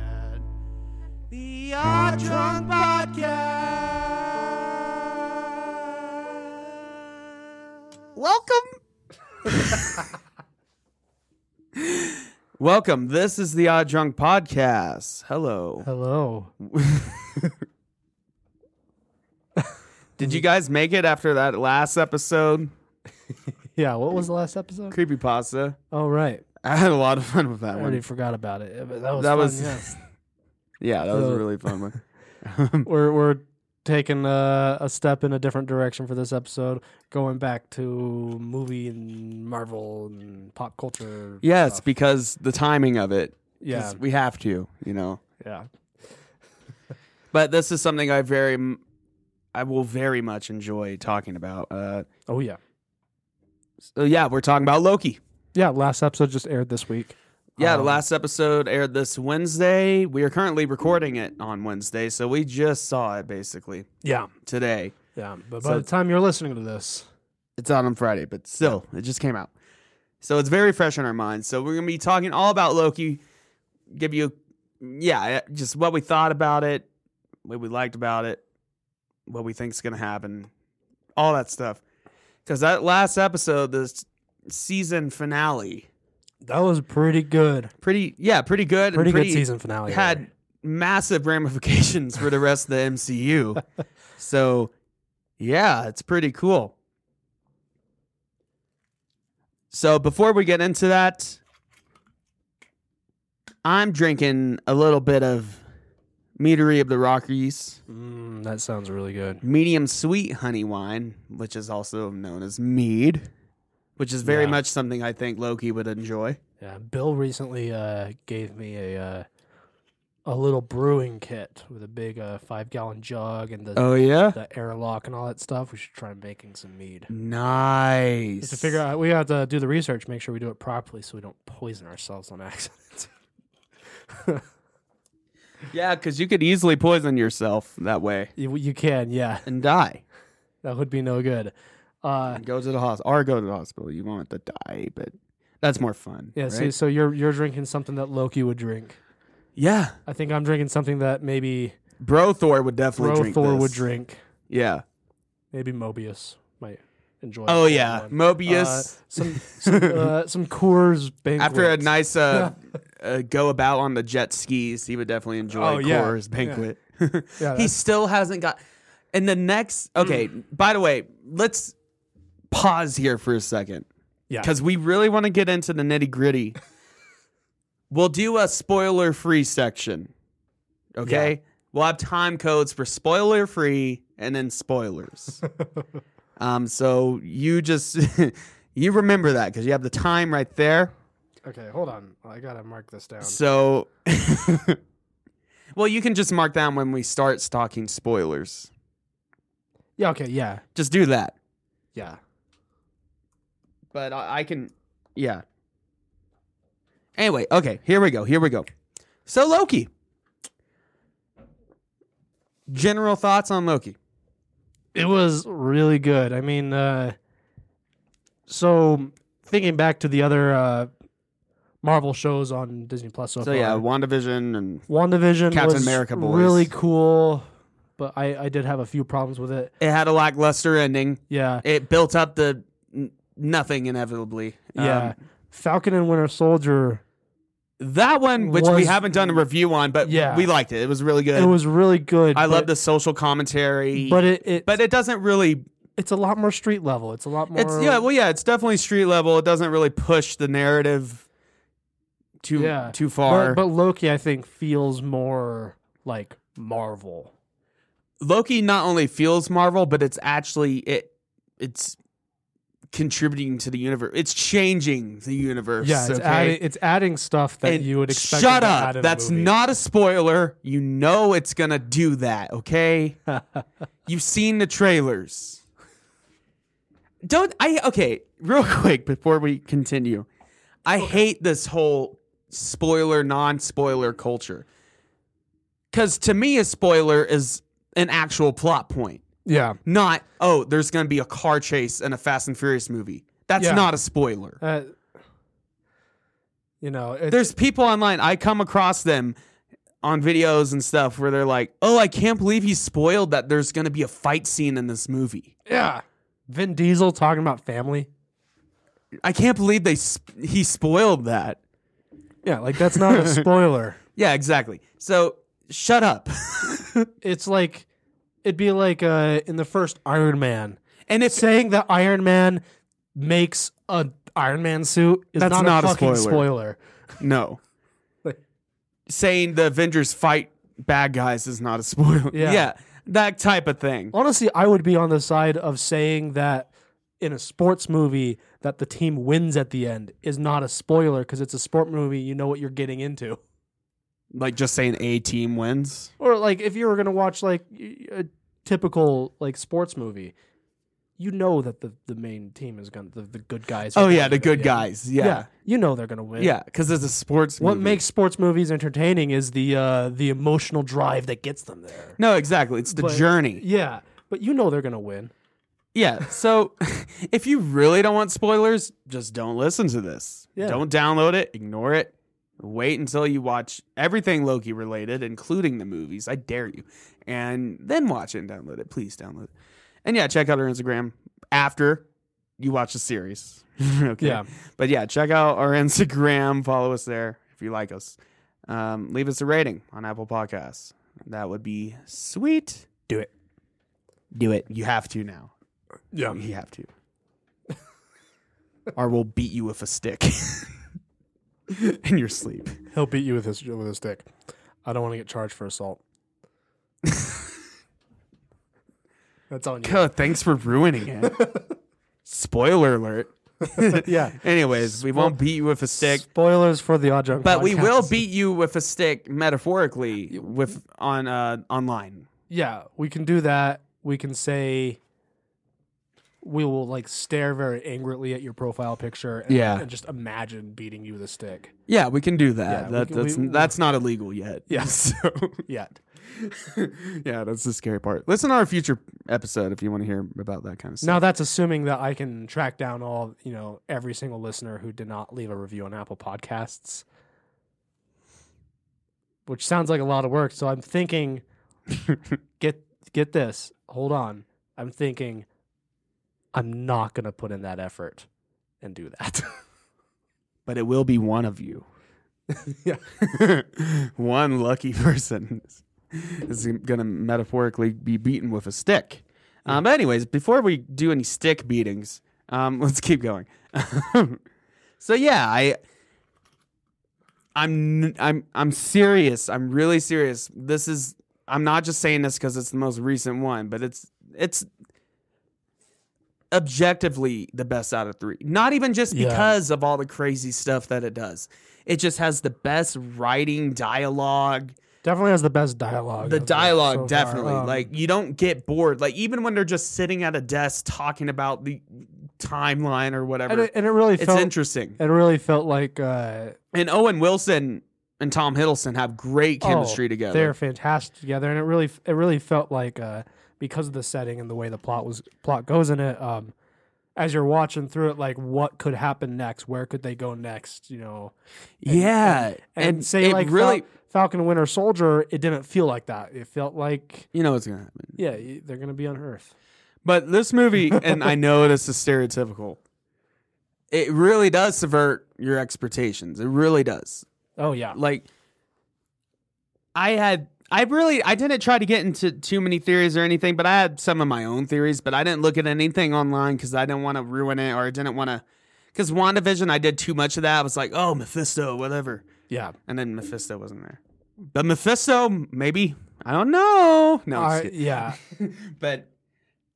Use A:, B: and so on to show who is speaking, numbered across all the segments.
A: uh, the Odd Drunk Podcast. Welcome. Welcome. This is the Odd Drunk Podcast. Hello.
B: Hello.
A: Mm. Did you guys make it after that last episode?
B: Yeah, what was the last episode?
A: Creepy pasta.
B: Oh right,
A: I had a lot of fun with
B: I
A: that
B: already
A: one.
B: forgot about it. Yeah, but That was
A: That
B: fun,
A: was-
B: yes.
A: Yeah, that was a
B: Uh,
A: really fun one.
B: we're we're taking a, a step in a different direction for this episode, going back to movie and Marvel and pop culture.
A: Yes,
B: stuff.
A: because the timing of it. 'Cause
B: yeah,
A: We have to, you know.
B: yeah.
A: But this is something I very, m- I will very much enjoy talking about. Uh,
B: Oh yeah,
A: so yeah, we're talking about Loki.
B: yeah. Last episode just aired this week.
A: Yeah, the
B: Um,
A: last episode aired this Wednesday. We are currently recording it on Wednesday, so we just saw it basically
B: Yeah,
A: today.
B: yeah. But
A: So-
B: by the time you're listening to this,
A: It's out on Friday, but still, it just came out. So it's very fresh in our minds. So we're going to be talking all about Loki, give you, yeah, uh, just what we thought about it, what we liked about it, what we think's going to happen, all that stuff. Because that last episode, this season finale,
B: that was pretty good.
A: pretty, yeah, pretty good. and
B: Pretty, good season finale.
A: had massive ramifications for the rest of the MCU. so, yeah, it's pretty cool. So, before we get into that, I'm drinking a little bit of Meadery of the Rockies
B: Mm, that sounds really good.
A: medium sweet honey wine, which is also known as mead, which is very
B: Yeah.
A: much something I think Loki would enjoy.
B: Yeah, Bill recently uh, gave me a uh, a little brewing kit with a big uh, five gallon jug and the
A: Oh, yeah?
B: the airlock and all that stuff. We should try making some mead.
A: Nice.
B: Just to figure out, we have to do the research, make sure we do it properly, so we don't poison ourselves on accident.
A: Yeah, because you could easily poison yourself that way
B: you, you can, yeah,
A: and die.
B: that would be no good. Uh,
A: And go to the hospital or go to the hospital. You won't have to die, but that's more fun.
B: yeah, so,
A: right?
B: so you're you're drinking something that Loki would drink.
A: yeah.
B: I think I'm drinking something that maybe
A: Bro Thor would definitely
B: Bro
A: drink.
B: Thor
A: this.
B: would drink.
A: Yeah.
B: Maybe Mobius might enjoy.
A: Oh
B: that
A: yeah,
B: one.
A: Mobius.
B: Uh, some some, uh, some Coors banquet.
A: After a nice uh, uh, go about on the jet skis, he would definitely enjoy
B: Oh, yeah.
A: Cora's banquet. he
B: that's- Mm.
A: still hasn't got. And the next, okay. By the way, let's pause here for a second.
B: yeah,
A: because we really want to get into the nitty gritty. we'll do a spoiler free section. Okay. We'll have time codes for spoiler free and then spoilers. um, so you just you remember that because you have the time right there.
B: okay, hold on, I gotta mark this down.
A: So well, you can just mark down when we start talking spoilers.
B: Yeah, okay, yeah,
A: Just do that.
B: yeah.
A: but I, I can, yeah. Anyway, okay, here we go. Here we go. So Loki. General thoughts on Loki?
B: It was really good. I mean, uh, so thinking back to the other uh, Marvel shows on Disney Plus so,
A: So
B: far,
A: yeah, WandaVision and
B: WandaVision
A: Captain
B: was
A: America boys.
B: really cool, but I I did have a few problems with it.
A: it had a lackluster ending.
B: Yeah,
A: It built up the n- nothing inevitably.
B: yeah.
A: Um,
B: Falcon and Winter Soldier.
A: that one, which we
B: Was-
A: haven't done a review on, but
B: Yeah.
A: we liked it. It was really good.
B: It was really good.
A: I
B: but-
A: love the social commentary,
B: but it, it
A: but it doesn't really
B: it's a lot more street level. It's a lot more.
A: It's yeah, well, yeah, it's definitely street level. It doesn't really push the narrative too
B: Yeah.
A: too
B: But,
A: far.
B: but Loki, I think, feels more like Marvel.
A: Loki not only feels Marvel, but it's actually it it's contributing to the universe. It's changing the universe.
B: Yeah, it's,
A: okay?
B: adding, it's adding stuff that
A: And
B: you would expect.
A: Shut
B: to
A: up.
B: Add in a
A: That's
B: movie.
A: not a spoiler. You know it's gonna do that, okay? You've seen the trailers. Don't I okay, real quick before we continue. I hate this whole spoiler, non-spoiler culture. Cause to me a spoiler is an actual plot point.
B: Yeah,
A: Not, oh, there's gonna be a car chase in a Fast and Furious movie. That's
B: Yeah.
A: not a spoiler.
B: uh, you know, it,
A: there's people online i come across them on videos and stuff where they're like oh i can't believe he spoiled that there's going to be a fight scene in this movie
B: yeah. Vin Diesel talking about family.
A: i can't believe they sp- he spoiled that
B: Yeah, like that's not a spoiler.
A: yeah exactly so shut up
B: It's like it'd be like uh, in the first Iron Man,
A: and if
B: saying that Iron Man makes a Iron Man suit is
A: That's
B: not,
A: not a
B: a fucking
A: spoiler.
B: spoiler.
A: no
B: Like-
A: saying the avengers fight bad guys is not a spoiler
B: Yeah.
A: that type of thing
B: Honestly, I would be on the side of saying that in a sports movie that the team wins at the end is not a spoiler because it's a sport movie. You know what you're getting into.
A: like just saying a team wins
B: Or like if you were gonna watch like y- a typical like sports movie, you know that the, the main team is gonna the, the good guys. are
A: oh
B: gonna
A: yeah the
B: win at
A: good
B: end.
A: guys yeah
B: you know they're gonna win.
A: yeah because it's a sports
B: What
A: movie.
B: makes sports movies entertaining is the uh, the emotional drive that gets them there.
A: no exactly it's the
B: But-
A: journey
B: Yeah, but you know they're gonna win.
A: Yeah. So if you really don't want spoilers, just don't listen to this.
B: Yeah.
A: Don't download it. Ignore it. Wait until you watch everything Loki related, including the movies. I dare you. And then watch it and download it. Please download it. And yeah, check out our Instagram after you watch the series. okay.
B: Yeah.
A: But yeah, check out our Instagram. Follow us there if you like us. Um, leave us a rating on Apple Podcasts. That would be sweet.
B: Do it.
A: Do it. You have to now.
B: Yeah.
A: You have to. or we'll beat you with a stick in your sleep.
B: He'll beat you with his with his stick. I don't want to get charged for assault. That's on you.
A: God, thanks for ruining it. Spoiler alert.
B: yeah.
A: Anyways, we won't beat you with a stick,
B: Spoilers for the adjunct.
A: but we will
B: podcast.
A: beat you with a stick metaphorically with on uh online.
B: Yeah, we can do that. We can say we will like stare very angrily at your profile picture and,
A: Yeah.
B: and just imagine beating you with a stick.
A: Yeah, we can do that.
B: Yeah, we
A: that
B: can-
A: that's
B: we-
A: that's not illegal yet.
B: Yeah.
A: So
B: Yet.
A: yeah, that's the scary part. Listen to our future episode if you want to hear about that kind of stuff.
B: Now that's assuming that I can track down all, you know, every single listener who did not leave a review on Apple Podcasts. Which sounds like a lot of work, so I'm thinking get get this. Hold on. I'm thinking I'm not going to put in that effort and do that.
A: but it will be one of you.
B: Yeah.
A: one lucky person is going to metaphorically be beaten with a stick. Um, but anyways, before we do any stick beatings, um, let's keep going. so yeah, I, I'm n- I'm I'm serious. I'm really serious. This is I'm not just saying this because it's the most recent one, but it's it's objectively the best out of three. Not even just
B: Yeah.
A: because of all the crazy stuff that it does. It just has the best writing, dialogue.
B: Definitely has the best dialogue.
A: The
B: of it
A: dialogue,
B: so far.
A: definitely.
B: Um,
A: like you don't get bored. Like even when they're just sitting at a desk talking about the timeline or
B: and
A: whatever,
B: it, and it really
A: it's
B: felt
A: interesting.
B: it really felt like uh,
A: And Owen Wilson and Tom Hiddleston have great chemistry
B: oh,
A: together.
B: They're fantastic together, and it really it really felt like uh, because of the setting and the way the plot was plot goes in it. Um, as you're watching through it, like what could happen next? Where could they go next? You know,
A: yeah,
B: and, say
A: it
B: like
A: really,
B: really Falcon and Winter Soldier, it didn't feel like that. It felt like
A: you know what's gonna happen.
B: yeah, y- they're gonna be on Earth.
A: But this movie, and I know this is stereotypical, it really does subvert your expectations. It really does.
B: Oh yeah,
A: Like, I had, I really, I didn't try to get into too many theories or anything, but I had some of my own theories, but I didn't look at anything online because I didn't want to ruin it or I didn't want to, because WandaVision, I did too much of that. I was like, oh, Mephisto, whatever.
B: yeah.
A: And then Mephisto wasn't there. But Mephisto, maybe. I don't know. No, I'm just
B: I,
A: kidding
B: yeah,
A: but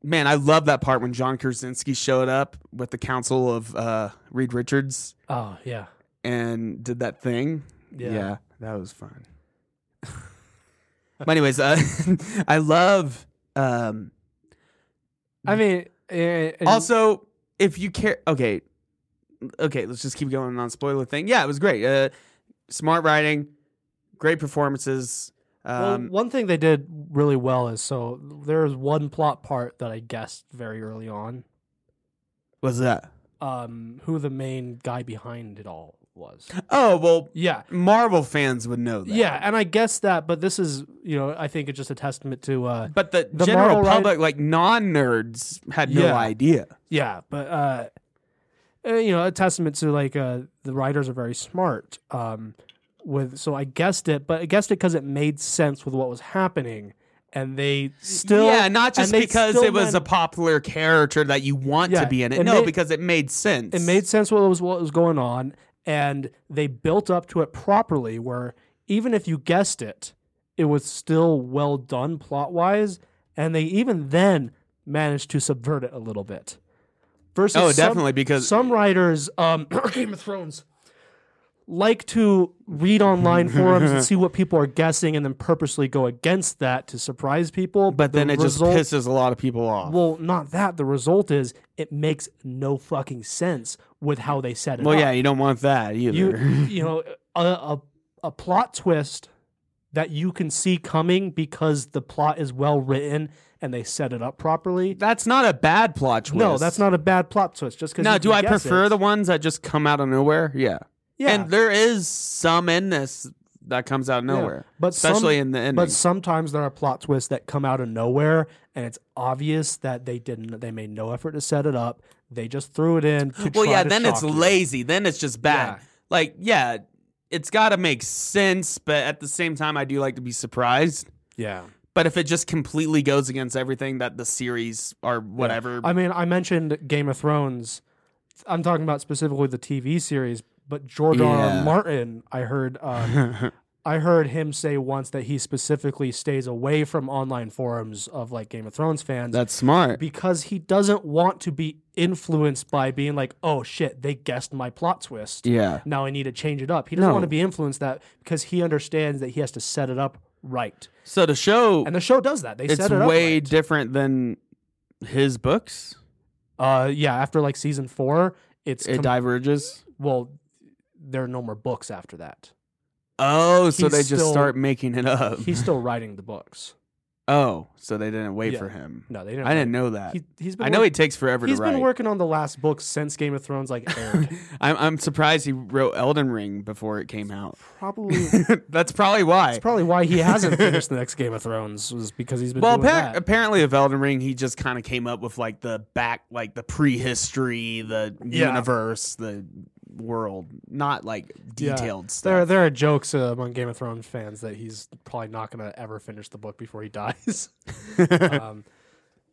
A: man, I love that part when John Krasinski showed up with the council of uh, Reed Richards
B: Oh yeah.
A: and did that thing.
B: Yeah.
A: that was fun. but anyways, uh, I love. Um,
B: I mean, eh, and-
A: also, if you care, okay, okay, let's just keep going on spoiler thing. Yeah, it was great. Uh, smart writing, great performances.
B: well,
A: Um,
B: one thing they did really well is so there was one plot part that I guessed very early on,
A: what's that?
B: um, who the main guy behind it all was.
A: Oh well,
B: Yeah,
A: Marvel fans would know that.
B: yeah, and I guessed that, but this is you know I think it's just a testament to uh,
A: But the,
B: The
A: general
B: Marvel writer-
A: public, like non nerds, had no
B: Yeah.
A: idea.
B: Yeah, but uh, uh, you know, a testament to like uh, the writers are very smart. Um, with so I guessed it, but I guessed it because it made sense with what was happening, and they still
A: yeah, not just
B: and they
A: because
B: still
A: it was
B: managed-
A: a popular character that you want
B: Yeah,
A: to be in it.
B: it
A: no,
B: made-
A: because it made sense.
B: it made sense what was what was going on, and they built up to it properly. Where even if you guessed it, it was still well done plot wise, and they even then managed to subvert it a little bit. Versus
A: Oh,
B: some-
A: definitely because
B: some writers um game of thrones like to read online forums and see what people are guessing and then purposely go against that to surprise people
A: but
B: The
A: then it just
B: result-
A: pisses a lot of people off. Well,
B: well not that the result is it makes no fucking sense with how they set it up.
A: yeah, you don't want that either.
B: uh, you you know a, a a plot twist that you can see coming because the plot is well written and they set it up properly
A: that's not a bad plot twist.
B: no that's not a bad plot twist just because
A: Now, do I prefer the ones that just come out of nowhere? Yeah.
B: yeah
A: And there is some in this that comes out of
B: Yeah.
A: nowhere.
B: But some-
A: especially in the ending.
B: But sometimes there are plot twists that come out of nowhere, and it's obvious that they didn't. They made no effort to set it up. They just threw it in. To
A: Well,
B: try
A: yeah,
B: to
A: then it's
B: shock you.
A: lazy. Then it's just bad.
B: Yeah.
A: Like, yeah, it's got to make sense, but at the same time, I do like to be surprised.
B: Yeah,
A: But if it just completely goes against everything that the series or whatever,
B: I mean, I mentioned Game of Thrones. I'm talking about specifically the TV series, but Jordan
A: Yeah.
B: Martin. I heard. Um, I heard him say once that he specifically stays away from online forums of like Game of Thrones fans
A: that's smart.
B: because he doesn't want to be influenced by being like, "Oh shit, they guessed my plot twist."
A: Yeah.
B: now I need to change it up. He doesn't
A: No.
B: want to be influenced that because he understands that he has to set it up right.
A: So the show,
B: And the show does that. They
A: it's
B: set it up.
A: way
B: right.
A: different than his books.
B: uh, yeah, after like season four, it's
A: It
B: com-
A: diverges.
B: well, there are no more books after that.
A: Oh, so
B: He's
A: they just
B: still-
A: start making it up.
B: He's still writing the books.
A: Oh, so they didn't wait
B: Yeah.
A: for him.
B: No, they didn't.
A: I didn't know that.
B: He, he's been.
A: I know
B: work-
A: he takes forever
B: he's
A: to write.
B: been working on the last book since Game of Thrones like aired.
A: I'm, I'm surprised he wrote Elden Ring before it came out.
B: probably.
A: That's probably why.
B: That's probably why he hasn't finished the next Game of Thrones was because he's been
A: well,
B: doing
A: appar-
B: that.
A: apparently, of Elden Ring, he just kind of came up with like the back, like the prehistory, the
B: Yeah.
A: universe, the world, not like
B: Yeah.
A: detailed
B: There, are,
A: stuff.
B: there are jokes uh, among Game of Thrones fans that he's probably not going to ever finish the book before he dies. um,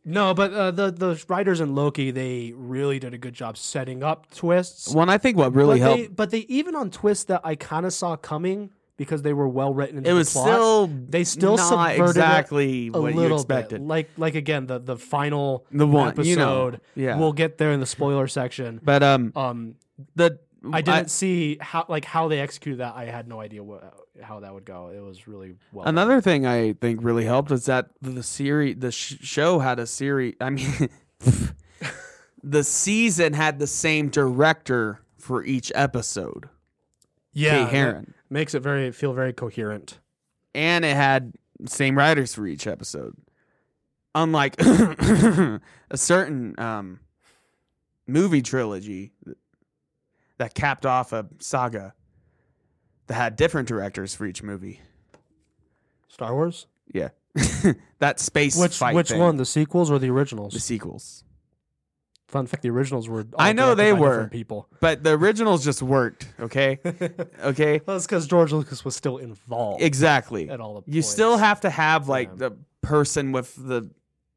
B: no, but uh, the the writers in Loki they really did a good job setting up twists.
A: Well, and I think what really
B: but,
A: helped
B: they, but they even on twists that I kind of saw coming because they were well written.
A: it was still
B: they still
A: not
B: subverted it
A: exactly
B: a
A: what you
B: little
A: expected.
B: bit like like again the the final
A: The one,
B: episode.
A: you know. Yeah.
B: we'll get there in the spoiler section.
A: But um,
B: Um,
A: the
B: I didn't see how like how they executed that. I had no idea what how that would go. It was really well. done.
A: Another thing I think really helped was that the series, the sh- show had a series. I mean, the season had the same director for each episode,
B: yeah,
A: Kate Herron,
B: it makes it very feel very coherent.
A: and it had same writers for each episode. Unlike a certain um, movie trilogy that capped off a saga that had different directors for each movie.
B: Star Wars,
A: Yeah, that space
B: which
A: fight
B: which
A: thing,
B: one, the sequels or the
A: the
B: originals?
A: sequels.
B: Fun fact: the originals were. all
A: I know
B: directed
A: they
B: by different
A: were.
B: people.
A: But the originals just worked, okay? okay?
B: Well, it's because George Lucas was still involved
A: Exactly.
B: at all the.
A: You still
B: points.
A: have to have like
B: Yeah.
A: the person with the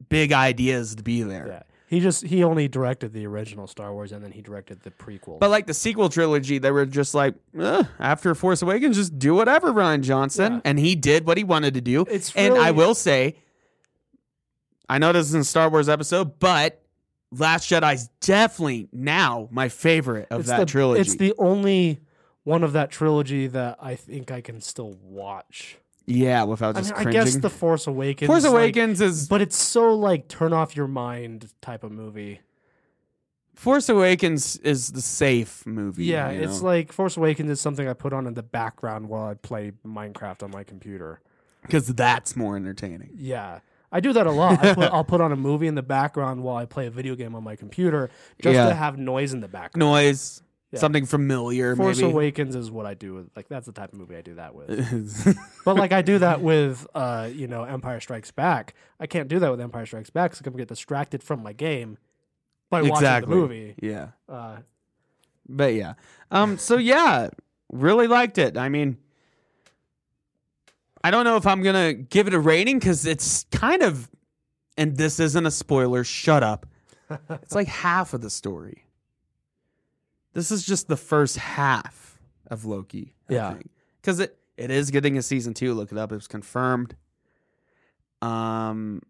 A: big ideas to be there.
B: Yeah, he just he only directed the original Star Wars, and then he directed the prequel.
A: But like the sequel trilogy, they were just like, "Ugh, after Force Awakens, just do whatever, Ryan Johnson.
B: Yeah.
A: And he did what he wanted to do.
B: It's
A: and I
B: really-
A: will say, I know this isn't a Star Wars episode, but Last Jedi's definitely now my favorite of
B: it's
A: that
B: the,
A: trilogy.
B: It's the only one of that trilogy that I think I can still watch.
A: yeah, without
B: I, mean,
A: just
B: I
A: cringing.
B: guess the Force Awakens.
A: Force
B: like-
A: Awakens is
B: but it's so like turn off your mind type of movie.
A: Force Awakens is the safe movie.
B: Yeah,
A: you
B: it's
A: know?
B: like Force Awakens is something I put on in the background while I play Minecraft on my computer.
A: because that's more entertaining.
B: Yeah. I do that a lot. I put, I'll put on a movie in the background while I play a video game on my computer just
A: Yeah.
B: to have noise in the background.
A: Noise,
B: Yeah.
A: something familiar,
B: Force
A: maybe.
B: Awakens is what I do. With, like that's the type of movie I do that with. But like I do that with, uh, you know, Empire Strikes Back. I can't do that with Empire Strikes Back because I'm gonna get distracted from my game by watching
A: Exactly.
B: the movie.
A: yeah,
B: Uh,
A: but yeah. Um. So yeah, really liked it. I mean, I don't know if I'm gonna give it a rating because it's kind of, and this isn't a spoiler. Shut up. It's like half of the story. This is just the first half of Loki.
B: Yeah.
A: because it it is getting a season two. Look it up; it's confirmed. Um,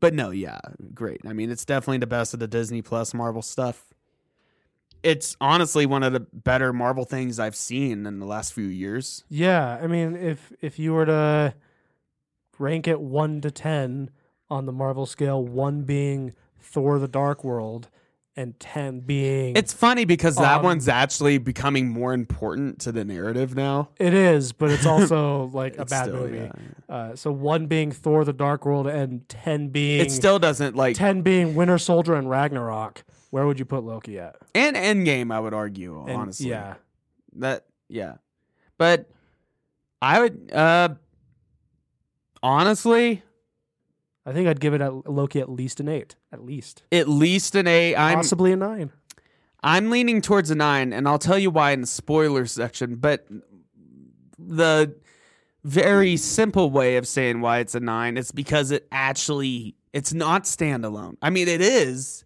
A: but no, yeah, great. I mean, it's definitely the best of the Disney Plus Marvel stuff. It's honestly one of the better Marvel things I've seen in the last few years.
B: yeah, I mean, if if you were to rank it one to ten on the Marvel scale, one being Thor: The Dark World, and ten being
A: It's funny because that
B: Um,
A: one's actually becoming more important to the narrative now.
B: it is, but it's also like a
A: It's
B: bad
A: still-
B: movie.
A: yeah.
B: Uh, so one being Thor: The Dark World, and ten being
A: It still doesn't like
B: 10 being Winter Soldier and Ragnarok, where would you put Loki at?
A: and Endgame. I would argue
B: And-
A: honestly.
B: Yeah.
A: That yeah. But I would uh honestly
B: I think I'd give it at Loki at least an 8, at least.
A: at least an eight. I'm
B: Possibly a 9.
A: I'm leaning towards a nine, and I'll tell you why in the spoiler section, but the very simple way of saying why it's a nine is because it actually it's not standalone. I mean it is,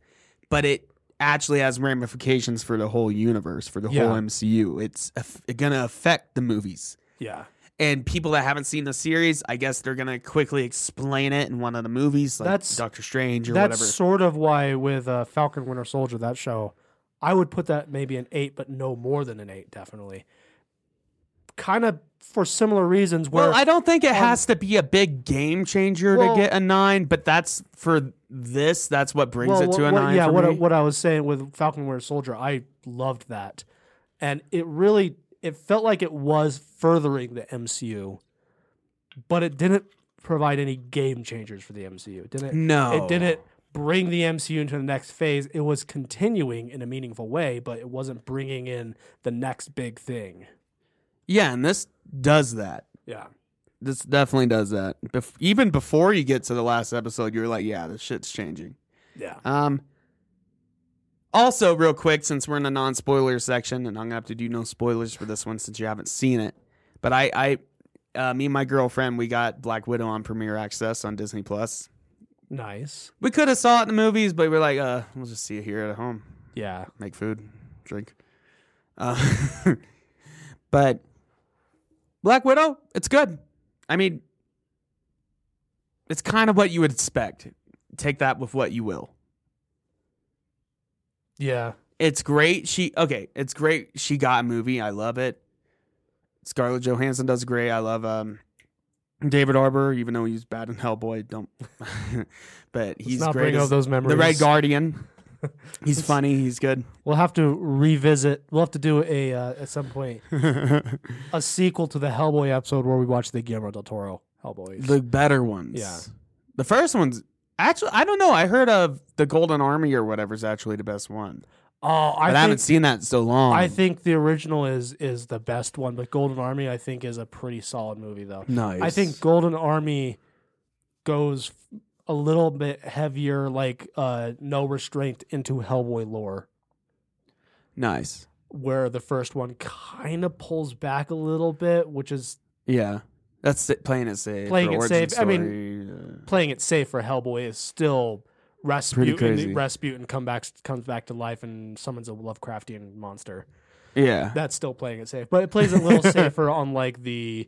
A: but it actually has ramifications for the whole universe, for the
B: Yeah.
A: whole MCU. It's aff- gonna affect the movies.
B: Yeah.
A: and people that haven't seen the series, I guess they're gonna quickly explain it in one of the movies, like
B: That's-
A: Doctor Strange or
B: That's
A: whatever.
B: sort of why with uh, Falcon Winter Soldier, that show, I would put that maybe an 8, but no more than an 8, definitely. Kind of for similar reasons where
A: Well, I don't think it
B: um,
A: has to be a big game changer
B: Well-
A: to get a nine, but that's for this. That's what brings it to a
B: what-
A: nine.
B: Yeah,
A: for
B: what I-
A: me.
B: what I was saying with Falcon Winter Soldier, I loved that, and it really it felt like it was furthering the MCU, but it didn't provide any game changers for the MCU. It didn't
A: no,
B: it didn't bring the MCU into the next phase. It was continuing in a meaningful way, but it wasn't bringing in the next big thing.
A: Yeah, and this does that.
B: Yeah,
A: This definitely does that. Bef- even before you get to the last episode, you're like, yeah, this shit's changing.
B: yeah.
A: Um. Also, real quick, since we're in the non-spoiler section, and I'm gonna have to do no spoilers for this one since you haven't seen it, but I, I, uh, me and my girlfriend, we got Black Widow on premiere access on Disney Plus.
B: Nice.
A: We could have saw it in the movies, but we are like, uh, we'll just see it here at home,
B: Yeah,
A: make food, drink. Uh, but Black Widow, it's good. I mean, it's kind of what you would expect. Take that with what you will.
B: yeah.
A: It's great. She okay. It's great. She got a movie. I love it. Scarlett Johansson does great. I love um, David Arbor, even though he's bad in Hellboy. Don't, but he's
B: Let's not
A: great.
B: bring
A: as
B: up those memories.
A: the Red Guardian. He's funny. He's good.
B: We'll have to revisit. We'll have to do a uh, at some point a sequel to the Hellboy episode where we watch the Guillermo del Toro Hellboys.
A: the better ones.
B: Yeah.
A: The first ones. Actually, I don't know. I heard of the Golden Army or whatever's actually the best one.
B: oh,
A: But I,
B: I,
A: haven't
B: think,
A: seen that in so long.
B: I think the original is is the best one, but Golden Army I think is a pretty solid movie though.
A: nice.
B: I think Golden Army goes f- a little bit heavier, like uh, no restraint into Hellboy lore,
A: nice.
B: where the first one kind of pulls back a little bit, which is
A: Yeah. That's it, playing it safe.
B: Playing
A: or
B: it
A: origin
B: safe. I mean,
A: story, uh,
B: playing it safe for Hellboy is still
A: crazy.
B: Rasputin. Rasputin come back, comes back to life and summons a Lovecraftian monster.
A: Yeah.
B: That's still playing it safe, but it plays it a little safer on like the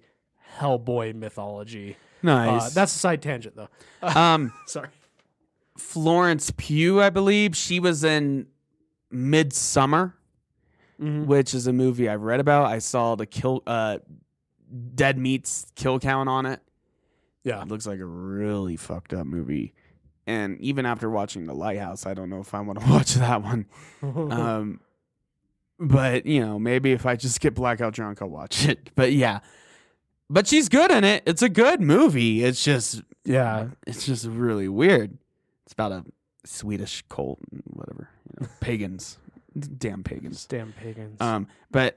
B: Hellboy mythology. Uh,
A: nice.
B: that's a side tangent, though.
A: um
B: Sorry.
A: Florence Pugh, I believe. She was in Midsummer,
B: Mhm.
A: which is a movie I've read about. I saw the kill uh, Dead Meat's kill count on it.
B: Yeah.
A: It looks like a really fucked up movie. And even after watching The Lighthouse, I don't know if I want to watch that one.
B: Mm-hmm.
A: Um, but you know, maybe if I just get blackout drunk, I'll watch it. But yeah, but she's good in it. It's a good movie. It's just
B: yeah.
A: it's just really weird. It's about a Swedish cult, and whatever, you know, pagans, damn pagans.
B: Damn pagans.
A: Um, but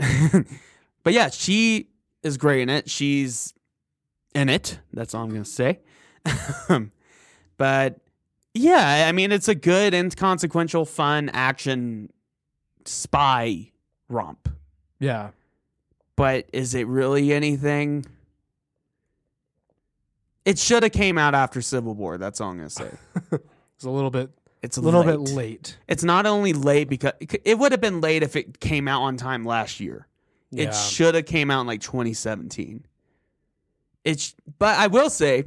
A: but yeah, she is great in it. She's in it. That's all I'm gonna say. um, but yeah, I mean, it's a good, inconsequential, fun action spy romp.
B: yeah.
A: But is it really anything? It should have came out after Civil War. That's all I'm gonna say.
B: It's a little bit
A: It's
B: a little bit late.
A: It's not only late because it would have been late if it came out on time last year.
B: Yeah.
A: It should have came out in like 2017. It's but I will say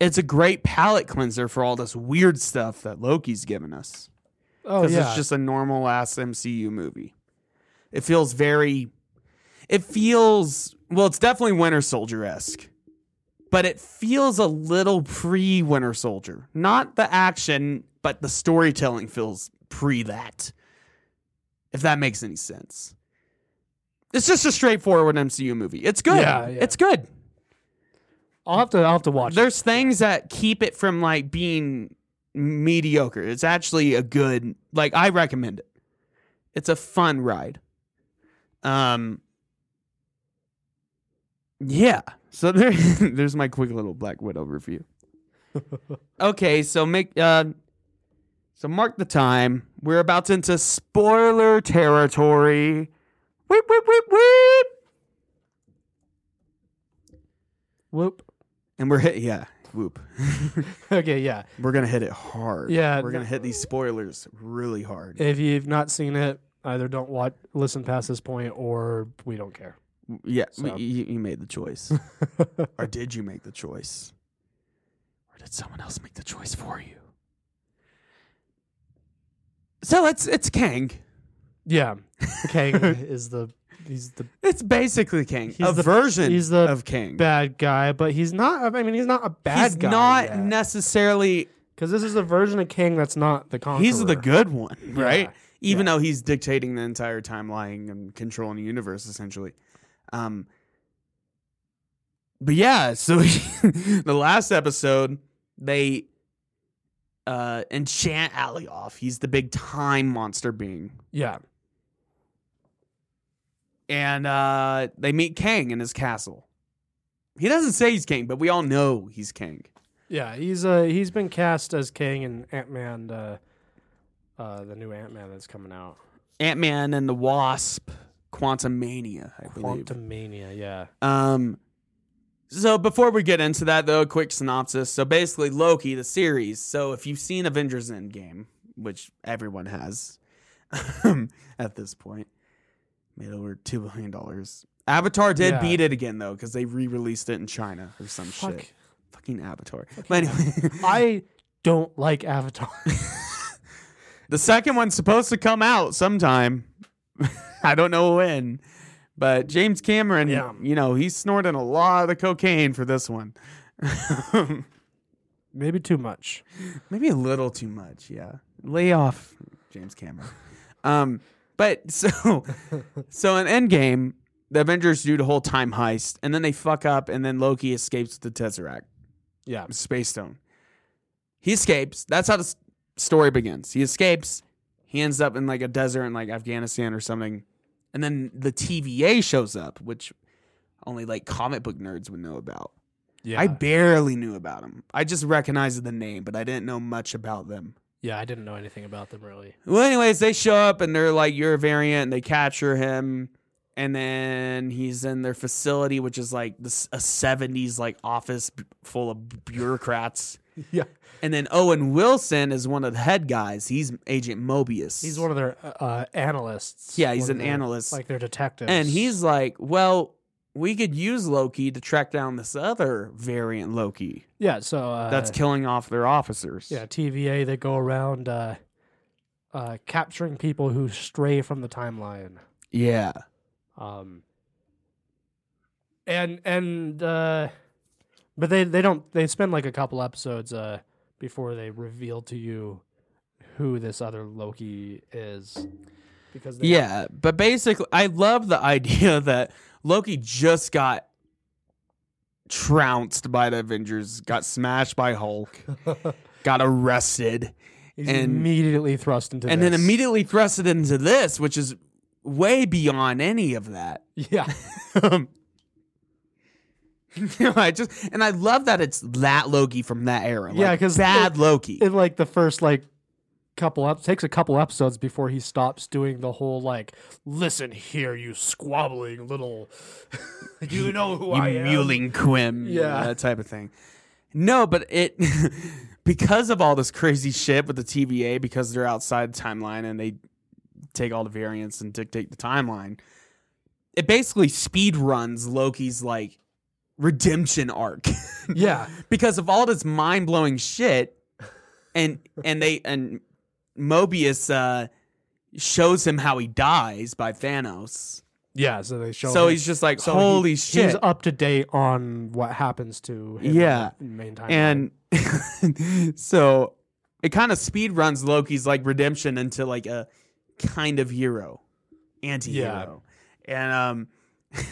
A: it's a great palate cleanser for all this weird stuff that Loki's given us
B: oh
A: because
B: yeah.
A: it's just a normal ass MCU movie. It feels very it feels well, it's definitely Winter Soldier esque. But it feels a little pre Winter Soldier. Not the action, but the storytelling feels pre that. If that makes any sense. It's just a straightforward MCU movie. It's good.
B: Yeah, yeah.
A: It's good.
B: I'll have to. I'll have to watch. it.
A: There's things that keep it from like being mediocre. It's actually a good like I recommend it. It's a fun ride. Um Yeah. So there there's my quick little Black Widow review. okay, so make uh so mark the time. We're about into spoiler territory. Weep weep weep weep.
B: Whoop.
A: And we're hit yeah, whoop.
B: Okay. Yeah.
A: We're gonna hit it hard.
B: Yeah.
A: we're gonna hit these spoilers really hard.
B: If you've not seen it, either don't watch, listen past this point, or we don't care.
A: Mm, yeah,
B: so-
A: you, you made the choice, or did you make the choice, or did someone else make the choice for you? So it's it's Kang.
B: yeah. Kang is the he's the
A: It's basically Kang,
B: He's
A: a
B: the-
A: version
B: he's the
A: of Kang.
B: bad guy, but he's not. I mean, he's not a bad
A: he's
B: guy.
A: not
B: yet.
A: necessarily.
B: Because this is a version of King that's not the conqueror.
A: He's the good one, right?
B: Yeah,
A: Even
B: yeah.
A: though he's dictating the entire timeline and controlling the universe, essentially. Um, but yeah, so the last episode, they uh, enchant Alioth. He's the big time monster being.
B: Yeah.
A: And uh, they meet Kang in his castle. He doesn't say he's King, but we all know he's King.
B: Yeah. He's uh he's been cast as King in Ant Man, uh, uh, the new Ant Man that's coming out.
A: Ant Man and the Wasp, Quantum Mania, I believe.
B: Quantumania. Yeah.
A: Um, so before we get into that, though, a quick synopsis. So basically, Loki, the series. So if you've seen Avengers Endgame, which everyone has at this point, made over two billion dollars. Avatar did
B: Yeah.
A: beat it again though, because they re-released it in China or some
B: Fuck.
A: shit. Fucking Avatar. But anyway,
B: I don't like Avatar.
A: the second one's supposed to come out sometime. I don't know when, but James Cameron,
B: Yeah.
A: you know, he's snorting a lot of the cocaine for this one.
B: Maybe too much.
A: Maybe a little too much, yeah. Lay off James Cameron. Um, but so so in Endgame, the Avengers do the whole time heist, and then they fuck up, and then Loki escapes with the Tesseract,
B: Yeah.
A: Space Stone. He escapes. That's how the s- story begins. He escapes. He ends up in like a desert in like Afghanistan or something, and then the TVA shows up, which only like comic book nerds would know about.
B: Yeah.
A: I barely knew about them. I just recognized the name, but I didn't know much about them.
B: yeah. I didn't know anything about them really.
A: Well, anyways, they show up and they're like, "You're a variant," and they capture him, and then he's in their facility, which is like this a '70s like office b- full of bureaucrats.
B: Yeah.
A: And then Owen Wilson is one of the head guys. He's Agent Mobius.
B: He's one of their uh, uh, analysts.
A: Yeah, he's
B: One of
A: an
B: their-
A: analyst.
B: Like their detectives.
A: and he's like, "Well, we could use Loki to track down this other variant Loki
B: Yeah, so uh,
A: that's killing off their officers.
B: yeah TVA that go around uh, uh, capturing people who stray from the timeline.
A: Yeah.
B: Um, and and uh, but they they don't they spend like a couple episodes uh before they reveal to you who this other Loki is because they,
A: Yeah, but basically, I love the idea that Loki just got trounced by the Avengers, got smashed by Hulk, got arrested,
B: he's
A: and-
B: immediately thrust into
A: and
B: this.
A: then immediately thrusted into this, which is way beyond any of that.
B: yeah
A: No, I just and I love that it's that Loki from that era.
B: Yeah,
A: like,
B: 'cause
A: bad
B: it-
A: Loki.
B: in like the first like couple up takes a couple episodes before he stops doing the whole like listen here you squabbling little you know who
A: you
B: I am
A: mewling quim, you know,
B: Yeah.
A: that type of thing. No, but it because of all this crazy shit with the TVA, because they're outside the timeline and they take all the variants and dictate the timeline. It basically speed runs Loki's like redemption arc
B: yeah
A: because of all this mind blowing shit, and and they and Mobius uh, shows him how he dies by Thanos.
B: yeah so they show
A: So
B: him-
A: he's just like,
B: so he-
A: holy shit!
B: he's up to date on what happens to him
A: Yeah.
B: in the main time
A: and so it kind of speed runs Loki's like redemption into like a kind of hero, anti-hero, and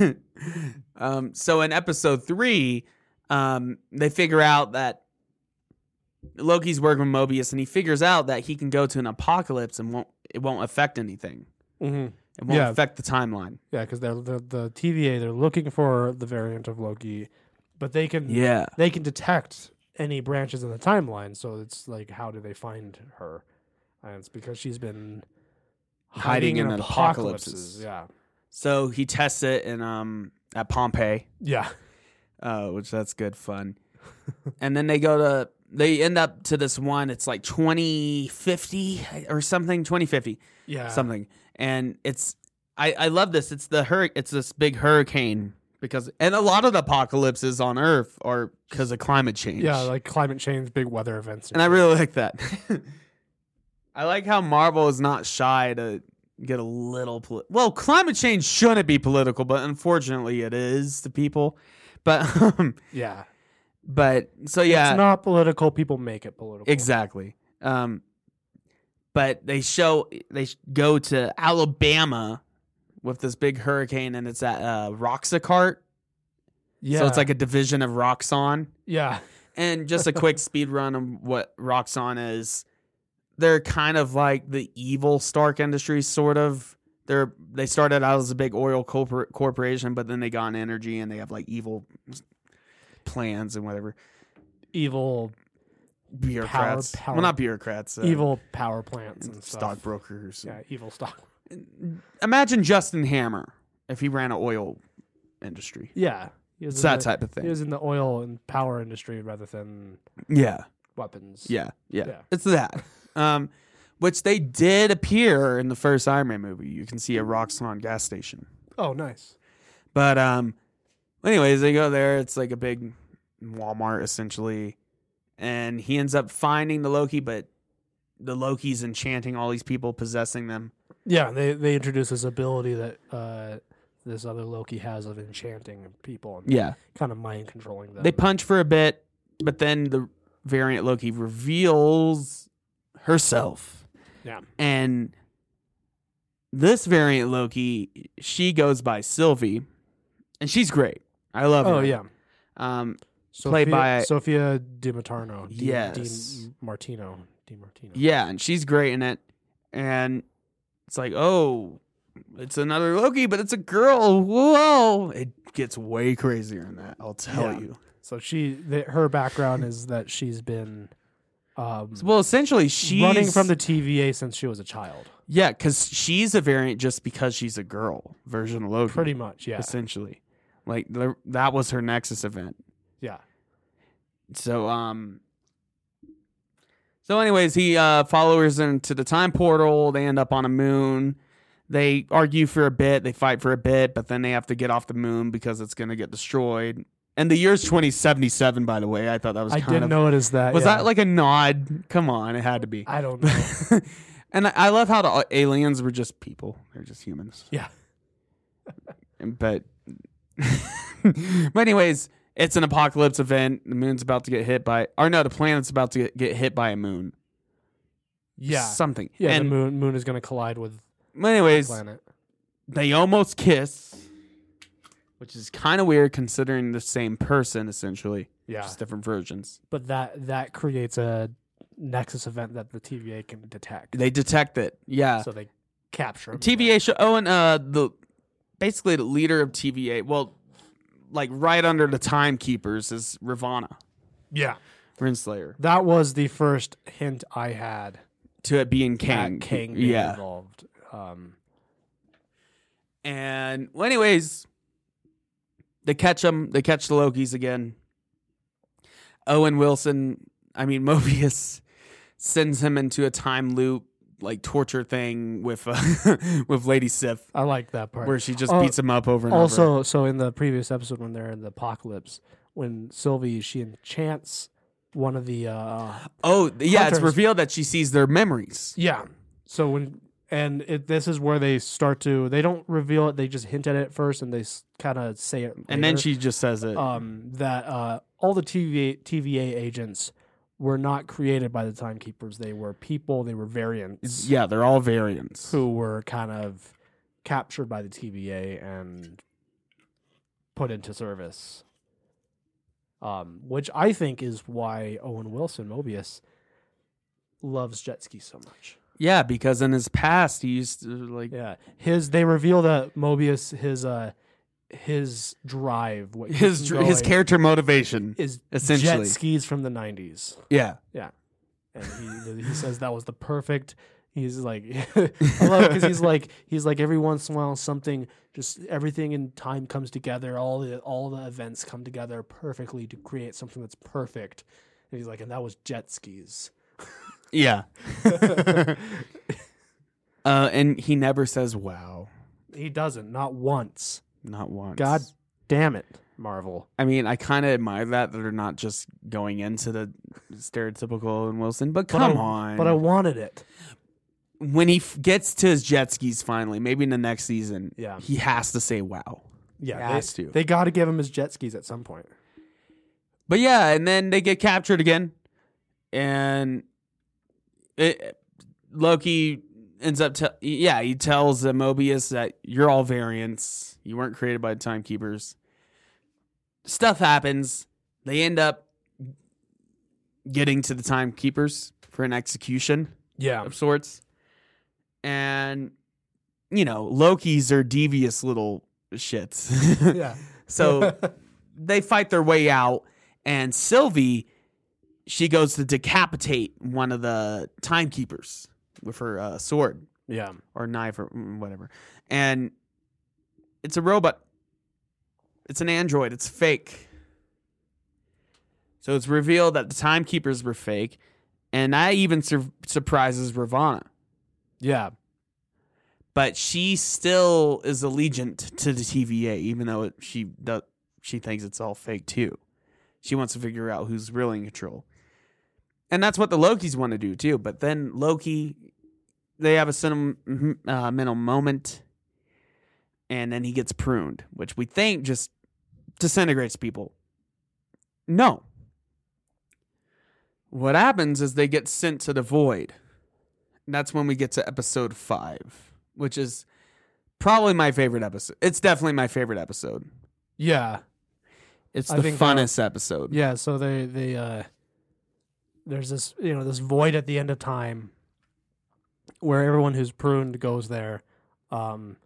A: um, um. So in episode three, um, they figure out that Loki's working with Mobius, and he figures out that he can go to an apocalypse and won't it won't affect anything.
B: Mhm.
A: It won't
B: Yeah.
A: affect the timeline.
B: yeah because they're the, the TVA they're looking for the variant of Loki but they can
A: Yeah.
B: they can detect any branches in the timeline. So it's like, how do they find her? And it's because she's been
A: Hiding in apocalypses.
B: Yeah,
A: So he tests it in um at Pompeii.
B: yeah,
A: Oh, which that's good fun. and then they go to they end up to this one. It's like twenty fifty eh, or something, twenty fifty
B: yeah.
A: something. And it's I I love this. It's the hur. It's this big hurricane because and a lot of the apocalypses on Earth are because of climate change.
B: yeah, like climate change, big weather events,
A: and I really like that. I like how Marvel is not shy to get a little poli- well. Climate change shouldn't be political, but unfortunately, it is to people. But um,
B: yeah.
A: but so yeah,
B: It's not political. People make it political.
A: Exactly. Um, but they show they sh- go to Alabama with this big hurricane, and it's at uh, Roxacart.
B: Yeah.
A: So it's like a division of Roxon.
B: yeah,
A: And just a quick speed run of what Roxon is. They're kind of like the evil Stark Industries, sort of. They're they started out as a big oil corpor- corporation, but then they got an energy and they have like evil plans and whatever
B: evil,
A: bureaucrats.
B: power-
A: Well, not bureaucrats. uh,
B: evil power plants and stuff.
A: stockbrokers.
B: Yeah, evil stock.
A: Imagine Justin Hammer if he ran an oil industry.
B: Yeah, he was
A: It's
B: in
A: that
B: the-
A: type of
B: He
A: thing.
B: was in the oil and power industry rather than
A: Yeah,
B: weapons.
A: yeah, yeah.
B: Yeah.
A: It's that. Um, which they did appear in the first Iron Man movie. You can see a Roxxon gas station.
B: Oh, nice.
A: But um, anyways, they go there. It's like a big Walmart essentially, and he ends up finding the Loki, but the Loki's enchanting all these people, possessing them.
B: Yeah, they they introduce this ability that uh, this other Loki has of enchanting people and
A: Yeah,
B: kind of mind controlling them.
A: They punch for a bit, but then the variant Loki reveals herself.
B: Yeah.
A: And this variant Loki, she goes by Sylvie, and she's great. I love her.
B: oh yeah,
A: Um,
B: Sophia,
A: Played by-
B: Sophia DiMartino. Di,
A: Yes.
B: Di Martino. Di Martino.
A: yeah, and she's great in it. And it's like, oh, it's another Loki, but it's a girl. Whoa. It gets way crazier than that, I'll tell
B: Yeah.
A: you.
B: So she, the, her background is that she's been um,
A: Well, essentially, she's
B: running from the TVA since she was a child,
A: Yeah, because she's a variant just because she's a girl version of Loki,
B: pretty much. Yeah,
A: essentially. Like the, that was her Nexus event.
B: yeah,
A: So um, so anyways, he uh, follows her into the time portal. They end up on a moon. they argue for a bit, they fight for a bit, but then they have to get off the moon because it's going to get destroyed. And the year's 2077, by the way. I thought that was
B: I
A: kind
B: didn't
A: of.
B: notice that.
A: was
B: yeah.
A: that like a nod? Come on, it had to be.
B: I don't know.
A: and I, I love how the uh, aliens were just people; they're just humans.
B: yeah.
A: But, but anyways, it's an apocalypse event. The moon's about to get hit by, or no, the planet's about to get, get hit by a moon.
B: Yeah.
A: something.
B: yeah.
A: and
B: the moon moon is going to collide with the
A: anyways,
B: planet.
A: they almost kiss, which is kind of weird considering the same person essentially,
B: Yeah.
A: just different versions.
B: But that that creates a nexus event that the TVA can detect.
A: They detect it. Yeah.
B: so they capture 'em.
A: TVA show. Oh, and uh, the basically the leader of TVA. Well, like right under the timekeepers is Ravana
B: Yeah.
A: Renslayer
B: That was the first hint I had
A: to it being
B: King,
A: Kang.
B: at King being
A: Yeah.
B: involved. Um,
A: And well, anyways, they catch them. They catch the Lokis again. Owen Wilson, I mean Mobius, sends him into a time loop, like torture thing with uh, with Lady Sif,
B: I like that part.
A: where she just
B: Oh,
A: beats him up over and over.
B: also, so in the previous episode when they're in the apocalypse, when Sylvie she enchants one of the uh,
A: Oh, th- yeah, it's
B: Hunters.
A: revealed that she sees their memories.
B: yeah. So when and it, this is where they start to they don't reveal it they just hint at it first and they kind of say it
A: And then
B: later.
A: she just says it.
B: um, that uh, all the TVA, TVA agents were not created by the timekeepers. They were people. They were variants
A: yeah, they're all variants.
B: who were kind of captured by the TVA and put into service. Um, which I think is why Owen Wilson Mobius loves jet ski so much.
A: Yeah, because in his past he used to like
B: Yeah, his they reveal that Mobius his uh his drive what
A: his
B: keeps
A: dr-
B: him
A: his
B: going
A: character motivation.
B: is
A: essentially.
B: jet skis from the nineties.
A: Yeah.
B: and he he says that was the perfect. He's like, I love because he's like he's like every once in a while something just everything in time comes together. All the all the events come together perfectly to create something that's perfect. And he's like, and that was jet skis.
A: Yeah. uh, and he never says wow.
B: He doesn't, not once.
A: Not once.
B: God damn it, Marvel.
A: I mean, I kind of admire that that they're not just going into the stereotypical Owen Wilson, but
B: But
A: come
B: I-
A: on.
B: But I wanted it.
A: when he f- gets to his jet skis finally, maybe in the next season,
B: Yeah.
A: he has to say wow.
B: Yeah,
A: Has
B: they,
A: to.
B: They got to give him his jet skis at some point.
A: But yeah, and then they get captured again, and it, Loki ends up. Te- yeah, he tells uh, Mobius that you're all variants. You weren't created by the timekeepers. Stuff happens. They end up getting to the timekeepers for an execution
B: Yeah,
A: of sorts, and you know Loki's are devious little shits.
B: yeah,
A: So they fight their way out, and Sylvie, she goes to decapitate one of the timekeepers with her uh, sword
B: yeah.
A: or knife or mm, whatever. And it's a robot, it's an android, it's fake. So it's revealed that the timekeepers were fake, and that even sur- surprises Ravana.
B: Yeah,
A: But she still is allegiant to the TVA, even though it, she does, she thinks it's all fake too. She wants to figure out who's really in control, and that's what the Lokis want to do too. But then Loki, they have a sentimental uh, mental moment, and then he gets pruned, which we think just disintegrates people. No. What happens is they get sent to the void. And that's when we get to episode five, which is probably my favorite episode. It's definitely my favorite episode.
B: yeah.
A: It's
B: I
A: the
B: think uh, that-
A: funnest episode.
B: Yeah, so they they uh there's this you know this void at the end of time where everyone who's pruned goes there. Um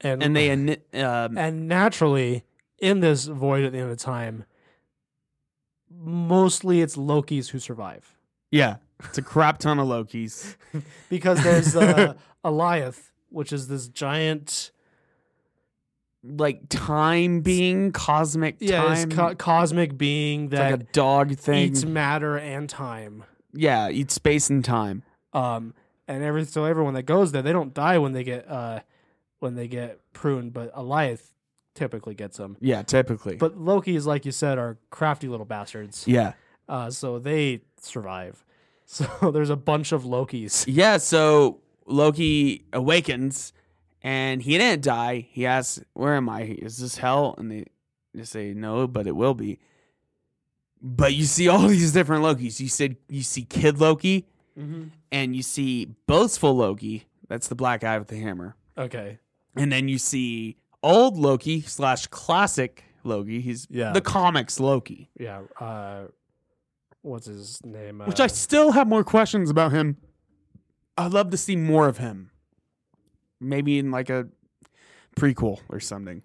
B: and
A: And they, ini- um,
B: and naturally in this void at the end of time mostly it's Loki's who survive
A: yeah, it's a crap ton of Lokis.
B: because there's uh, Eliath which is this giant
A: Like time being cosmic
B: yeah, this
A: time.
B: co- cosmic being
A: it's like
B: that
A: a dog thing.
B: eats matter and time.
A: yeah, eat space and time.
B: Um, and every so everyone that goes there, they don't die when they get uh when they get pruned, but Eliath typically gets them.
A: Yeah, typically.
B: But Loki's, like you said, are crafty little bastards,
A: yeah.
B: uh, so they survive. So there's a bunch of Lokis.
A: Yeah, so Loki awakens and he didn't die. He asks, Where am I? Is this hell? And they just say, No, but it will be. But you see all these different Lokis. You said you see Kid Loki
B: Mm-hmm.
A: and you see Boastful Loki. That's the black guy with the hammer.
B: Okay,
A: And then you see old Loki slash classic Loki. He's
B: Yeah.
A: the comics Loki.
B: yeah. Uh, what's his name? Uh,
A: Which I still have more questions about him. I'd love to see more of him. Maybe in like a prequel or something.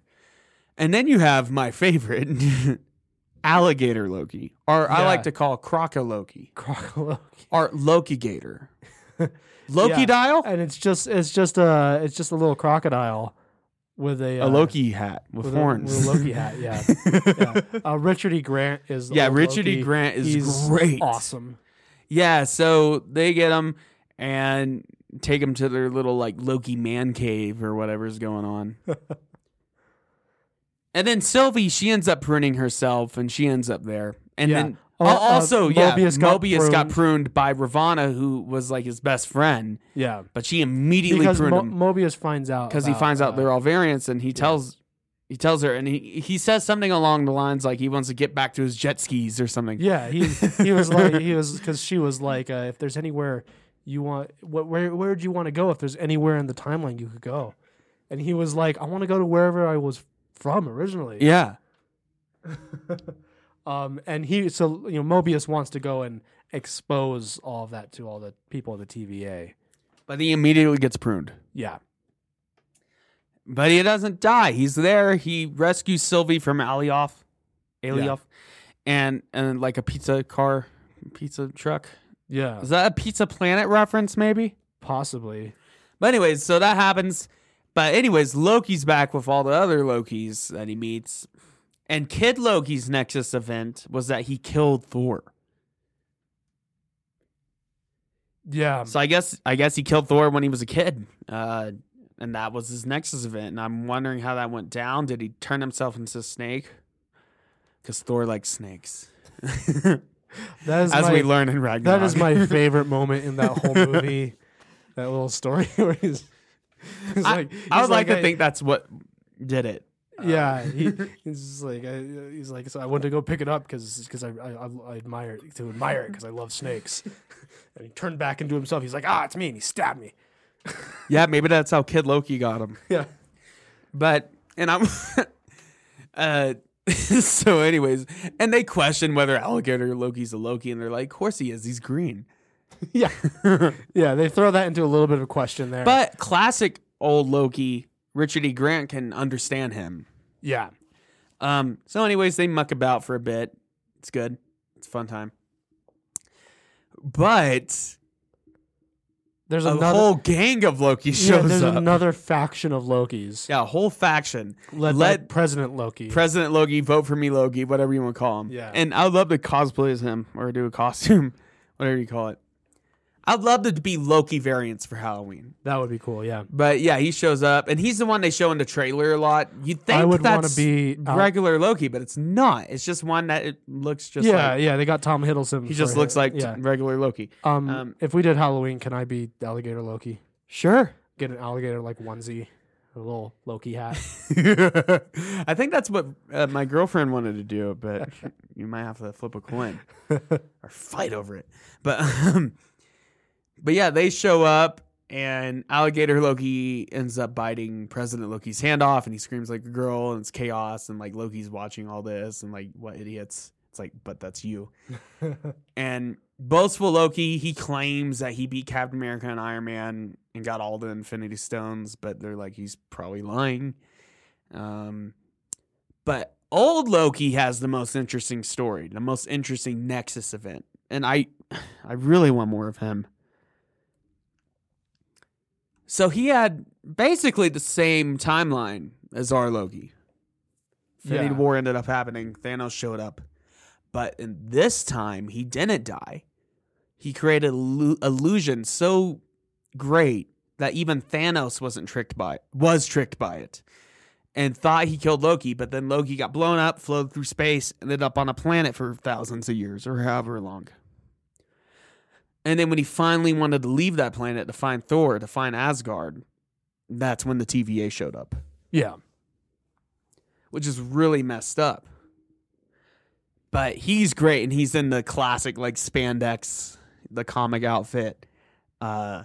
A: And then you have my favorite alligator Loki. Or I
B: Yeah.
A: like to call Croco Loki.
B: Croc Loki.
A: Or Loki Gator. Loki dial?
B: and it's just it's just a it's just a little crocodile with a uh,
A: A Loki hat with,
B: with a,
A: horns.
B: with a Loki hat. Yeah, yeah. Uh, Richard E. Grant is the
A: yeah,
B: old
A: Richard E.
B: Loki.
A: Grant is
B: He's
A: great.
B: awesome.
A: Yeah, so they get him and take him to their little like Loki man cave or whatever's going on. and then Sylvie, she ends up pruning herself and she ends up there. And
B: Yeah.
A: then
B: Oh,
A: al-
B: uh,
A: also, yeah,
B: Mobius
A: Mobius, got,
B: got
A: pruned by Ravana, who was like his best friend,
B: Yeah,
A: but she immediately
B: because
A: pruned
B: Mo-
A: him
B: Mobius finds out
A: because he
B: about,
A: finds
B: uh,
A: out they're all variants, and he tells he tells her, and he he says something along the lines like he wants to get back to his jet skis or something.
B: Yeah, he he was like he was because she was like, uh, if there's anywhere you want, what where where would you want to go? If there's anywhere in the timeline you could go, and he was like, I want to go to wherever I was from originally.
A: yeah.
B: Um, and he so you know Mobius wants to go and expose all of that to all the people of the TVA.
A: But he immediately gets pruned.
B: Yeah,
A: But he doesn't die. He's there. He rescues Sylvie from Alioff, Alioff, and and like a pizza car, pizza truck.
B: yeah,
A: Is that a Pizza Planet reference, maybe?
B: possibly.
A: But anyways, so that happens. But anyways, Loki's back with all the other Lokis that he meets, and Kid Loki's Nexus event was that he killed Thor.
B: Yeah,
A: So I guess I guess he killed Thor when he was a kid, uh, and that was his Nexus event. And I'm wondering how that went down. Did he turn himself into a snake? Because Thor likes snakes,
B: that
A: as
B: is my,
A: we learn in Ragnarok.
B: That is my favorite moment in that whole movie. that little story where he's, he's
A: I,
B: like,
A: I
B: he's
A: would like,
B: I-
A: to think that's what did it.
B: Yeah, he, he's just like I, he's like so I went to go pick it up because I, I I admire it, to admire it because I love snakes. and he turned back into himself. He's like, ah, it's me, and he stabbed me.
A: Yeah, maybe that's how Kid Loki got him.
B: Yeah,
A: But and I'm uh so anyways, and they question whether alligator Loki's a Loki, and they're like, "Of course he is. He's green."
B: yeah, yeah. They throw that into a little bit of a question there,
A: But classic old Loki, Richard E. Grant can understand him.
B: yeah,
A: Um, so, anyways, they muck about for a bit. It's good. It's a fun time. But
B: there's
A: a
B: another
A: whole gang of Loki
B: yeah,
A: shows
B: there's
A: up.
B: another faction of Loki's.
A: yeah, a whole faction.
B: Led by
A: Let
B: President Loki.
A: President Loki vote for me, Loki, whatever you want to call him.
B: Yeah.
A: And I'd love to cosplay as him or do a costume, whatever you call it. I'd love to be Loki variants for Halloween.
B: that would be cool. Yeah,
A: But yeah, he shows up and he's the one they show in the trailer a lot. You'd think
B: I would want
A: that's
B: to be. uh, out-
A: regular Loki, but it's not. It's just one that it looks just
B: yeah,
A: like
B: yeah. They got Tom Hiddleston.
A: He just
B: for
A: looks
B: it.
A: like
B: yeah.
A: regular Loki.
B: Um,
A: um,
B: if we did Halloween, can I be alligator Loki?
A: Sure.
B: get an alligator like onesie, a little Loki hat.
A: I think that's what uh, my girlfriend wanted to do, but you might have to flip a coin or fight over it. But um, but yeah, they show up and alligator Loki ends up biting President Loki's hand off, and he screams like a girl, and it's chaos, and like Loki's watching all this, and like what idiots. It's like, but that's you. and boastful Loki, he claims that he beat Captain America and Iron Man and got all the Infinity Stones, but they're like he's probably lying. Um, but old Loki has the most interesting story, the most interesting Nexus event, and I, I really want more of him. So he had basically the same timeline as our Loki. Infinity
B: Yeah.
A: War ended up happening. Thanos showed up, but in this time he didn't die. He created illu- illusion so great that even Thanos wasn't tricked by it, was tricked by it and thought he killed Loki, but then Loki got blown up, flowed through space, ended up on a planet for thousands of years or however long. And then when he finally wanted to leave that planet to find Thor, to find Asgard, that's when the TVA showed up,
B: Yeah.
A: which is really messed up. But he's great and he's in the classic like spandex, the comic outfit. Uh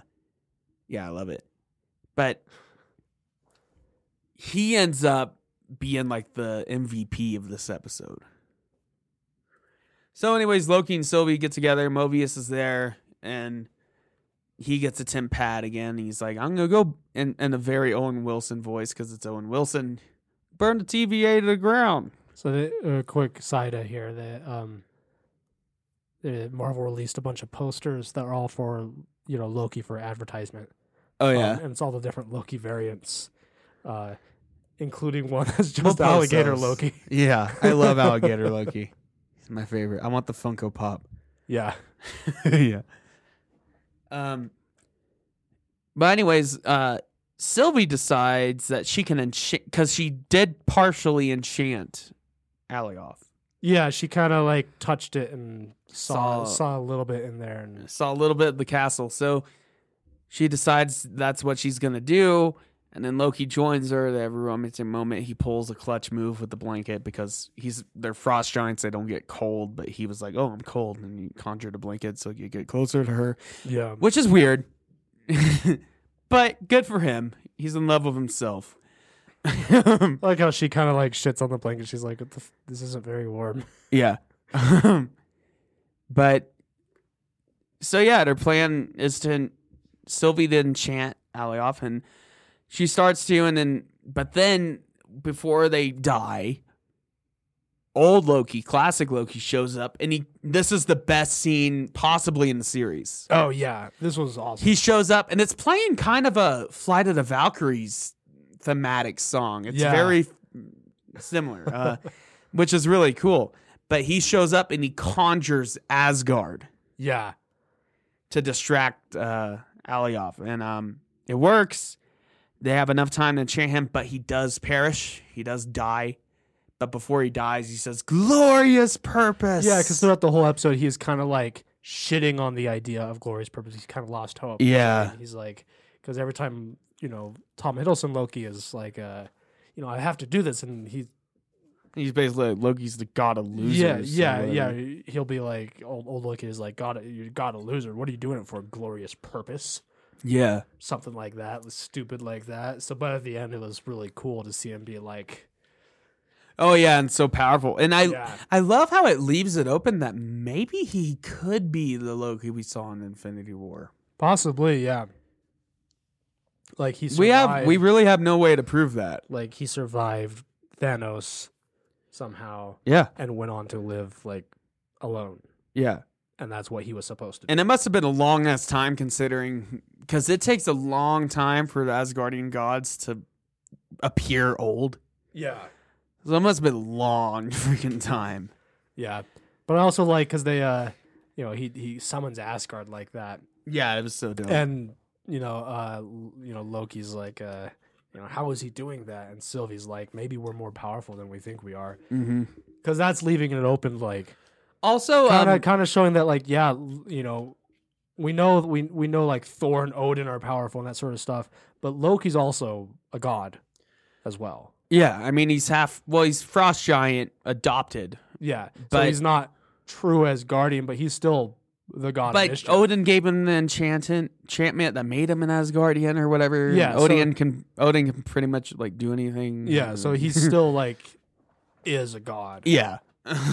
A: yeah, I love it. But he ends up being like the MVP of this episode. So, anyways, Loki and Sylvie get together. Mobius is there, and he gets a temp pad again. He's like, "I'm gonna go," in, in a very Owen Wilson voice because it's Owen Wilson. Burn the TVA to the ground.
B: So the, a quick side eye here that um, uh, Marvel released a bunch of posters that are all for you know Loki for advertisement.
A: Oh
B: Um, and it's all the different Loki variants, uh, including one that's
A: We'll
B: just
A: post
B: alligator
A: those.
B: Loki.
A: yeah. I love alligator Loki. He's my favorite. I want the Funko Pop.
B: Yeah,
A: yeah. Um. But anyways, uh, Sylvie decides that she can enchant because she did partially enchant Alioth.
B: yeah. She kind of like touched it and saw
A: Saw-
B: saw a little bit in there, and
A: Saw a little bit of the castle, so she decides that's what she's gonna do. And then Loki joins her. They have a romantic moment. He pulls a clutch move with the blanket because he's they're frost giants. They don't get cold, but he was like, "Oh, I'm cold," and he conjured a blanket so he could get closer to her.
B: yeah,
A: which is weird, but good for him. He's in love with himself.
B: I like how she kind of like shits on the blanket. She's like, "What the f- "This isn't very warm."
A: yeah, but so yeah, their plan is to Sylvie to enchant Alioth, and she starts to, and then but then before they die. Old Loki, classic Loki, shows up, and he. This is the best scene possibly in the series.
B: Oh yeah, this was awesome.
A: he shows up and it's playing kind of a flight of the valkyries thematic song it's
B: Yeah.
A: very similar uh, which is really cool but he shows up and he conjures asgard
B: yeah,
A: to distract uh, alioth and um, it works they have enough time to chant him but he does perish he does die but before he dies he says glorious purpose
B: yeah. Because throughout the whole episode, he's kind of like shitting on the idea of Glory's purpose. He's kind of lost hope.
A: Yeah.
B: And he's like, because every time you know Tom Hiddleston Loki is like, uh, you know, I have to do this, and he,
A: he's basically like, loki's the god of
B: yeah,
A: losers
B: yeah,
A: or
B: yeah.
A: whatever.
B: He'll be like, old, old Loki is like, God, you got a loser. What are you doing it for? Glorious purpose.
A: yeah
B: Something like that, stupid like that. So, but at the end, it was really cool to see him be like,
A: Oh yeah, and so powerful. And I
B: Yeah.
A: I love how it leaves it open that maybe he could be the Loki we saw in Infinity War.
B: possibly, yeah. Like he, survived,
A: We have we really have no way to prove that.
B: like he survived Thanos somehow
A: Yeah.
B: and went on to live like alone,
A: Yeah.
B: and that's what he was supposed to do.
A: And it must have been a long ass time considering cuz it takes a long time for the Asgardian gods to appear old.
B: yeah,
A: So it must have been a long freaking time.
B: yeah. But I also like because they, uh you know, he he summons Asgard like that,
A: Yeah, it was so dope.
B: and you know, uh l- you know, Loki's like, uh you know, how is he doing that? And Sylvie's like, maybe we're more powerful than we think we are,
A: Mhm.
B: because that's leaving it open, like
A: Also,
B: kind of
A: um,
B: kind of showing that, like, yeah, l- you know. We know we we know like Thor and Odin are powerful and that sort of stuff, but Loki's also a god, as well.
A: yeah, I mean he's half well, he's frost giant adopted,
B: Yeah. so
A: But-
B: he's not true as guardian, but he's still the god of
A: But
B: mischief.
A: Odin gave him the enchantant enchantment that made him an Asgardian or whatever. and
B: Yeah, so-
A: Odin can Odin can pretty much like do anything.
B: yeah, so he's still like is a god.
A: yeah,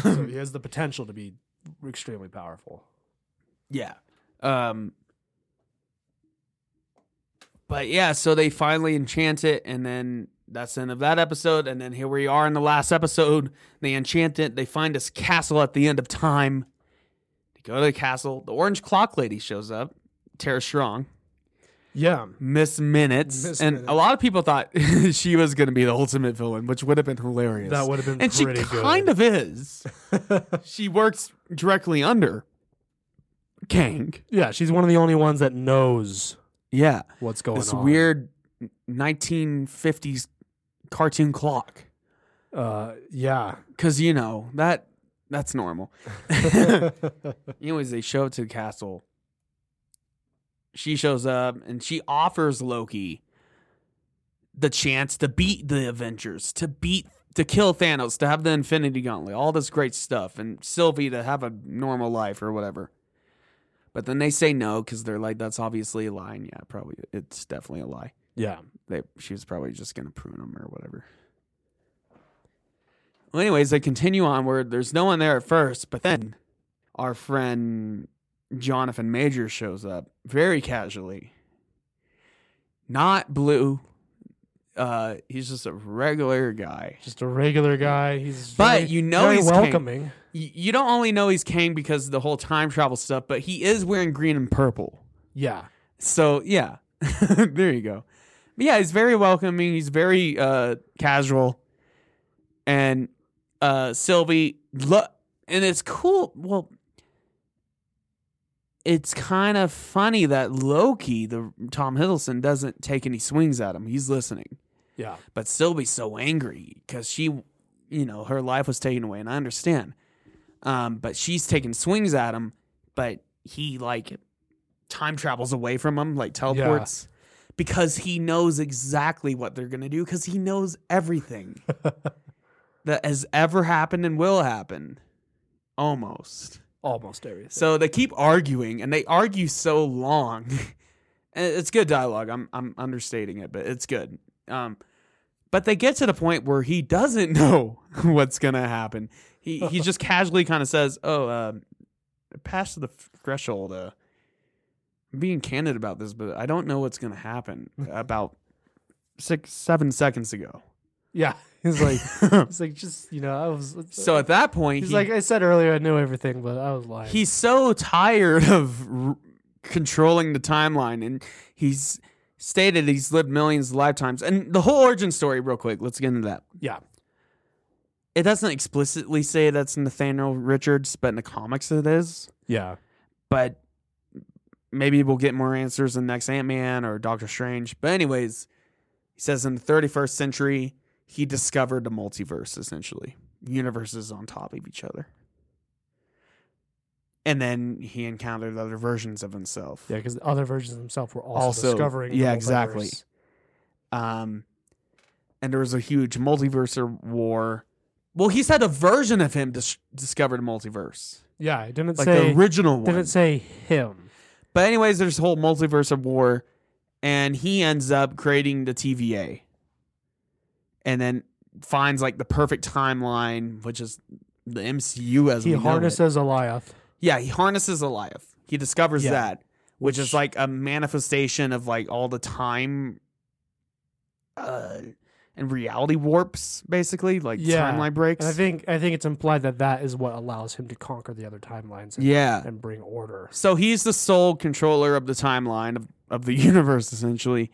B: So he has the potential to be extremely powerful.
A: yeah. Um, but yeah, so they finally enchant it, and then that's the end of that episode. And then here we are in the last episode. They enchant it. They find this castle at the end of time. They go to the castle. The orange clock lady shows up. Tara Strong.
B: Yeah.
A: Miss Minutes.
B: Miss
A: and
B: Minutes.
A: a lot of people thought she was going to be the ultimate villain, which would have been hilarious.
B: That would have been
A: and she
B: pretty good.
A: kind of is. she works directly under Kang.
B: yeah, she's one of the only ones that knows
A: Yeah,
B: what's going
A: this
B: on.
A: weird 1950s cartoon clock.
B: Uh, yeah.
A: Cause you know that that's normal. Anyways, they show up to the castle. She shows up and she offers Loki the chance to beat the Avengers, to beat, to kill Thanos, to have the Infinity Gauntlet, all this great stuff, and Sylvie to have a normal life or whatever. But then they say no because they're like, that's obviously a lie. And yeah, probably, it's definitely a lie.
B: yeah.
A: They, she was probably just going to prune them or whatever. Well, anyways, they continue onward. There's no one there at first, but then our friend Jonathan Major shows up very casually. Not blue. Uh, he's just a regular guy.
B: Just a regular guy. He's
A: But
B: very-
A: you know
B: very
A: he's king.
B: welcoming.
A: Y- you don't only know he's Kang because of the whole time travel stuff, but he is wearing green and purple.
B: Yeah.
A: So yeah, there you go. But yeah, he's very welcoming. He's very uh, casual, and uh, Sylvie. Lo- and it's cool. Well, it's kind of funny that Loki, the Tom Hiddleston, doesn't take any swings at him. He's listening,
B: Yeah.
A: but Sylvie's so angry because she, you know, her life was taken away, and I understand. Um, but she's taking swings at him, but he like time travels away from him, like teleports, because he knows exactly what they're gonna do, because he knows everything that has ever happened and will happen, almost.
B: Almost everything.
A: So they keep arguing, and they argue so long. And it's good dialogue. I'm I'm understating it, but it's good. Um, but they get to the point where he doesn't know what's gonna happen. He he just casually kind of says, "Oh, um past the threshold. Uh, I'm being candid about this, but I don't know what's gonna happen." About six seven seconds ago.
B: yeah. He's like, he's like, just you know, I was. uh,
A: So at that point,
B: he's
A: he-
B: like, I said earlier, I knew everything, but I was lying.
A: he's so tired of r- controlling the timeline and he's stated he's lived millions of lifetimes and the whole origin story real quick let's get into that
B: yeah.
A: it doesn't explicitly say that's nathaniel richards but in the comics it is
B: Yeah.
A: but maybe we'll get more answers in the next ant-man or doctor strange but anyways he says in the 31st century he discovered the multiverse essentially universes on top of each other and then he encountered other versions of himself
B: Yeah, because other versions of himself were also,
A: Also,
B: discovering. the
A: yeah, exactly.
B: multiverse.
A: um, and there was a huge multiverse war. Well, he said a version of him dis- discovered a multiverse,
B: Yeah, it didn't
A: like
B: say.
A: the original one.
B: didn't say him.
A: but anyways, there's a whole multiverse of war, and he ends up creating the TVA, and then finds like the perfect timeline, which is the MCU as
B: He
A: we know it.
B: harnesses Eliath.
A: Yeah, he harnesses Eliath. He discovers
B: Yeah.
A: that, which,
B: Which-
A: is like a manifestation of like all the time uh and reality warps basically, like
B: Yeah,
A: timeline breaks.
B: And I think I think it's implied that that is what allows him to conquer the other timelines and,
A: yeah.
B: and bring order.
A: So he's the sole controller of the timeline of, of the universe essentially.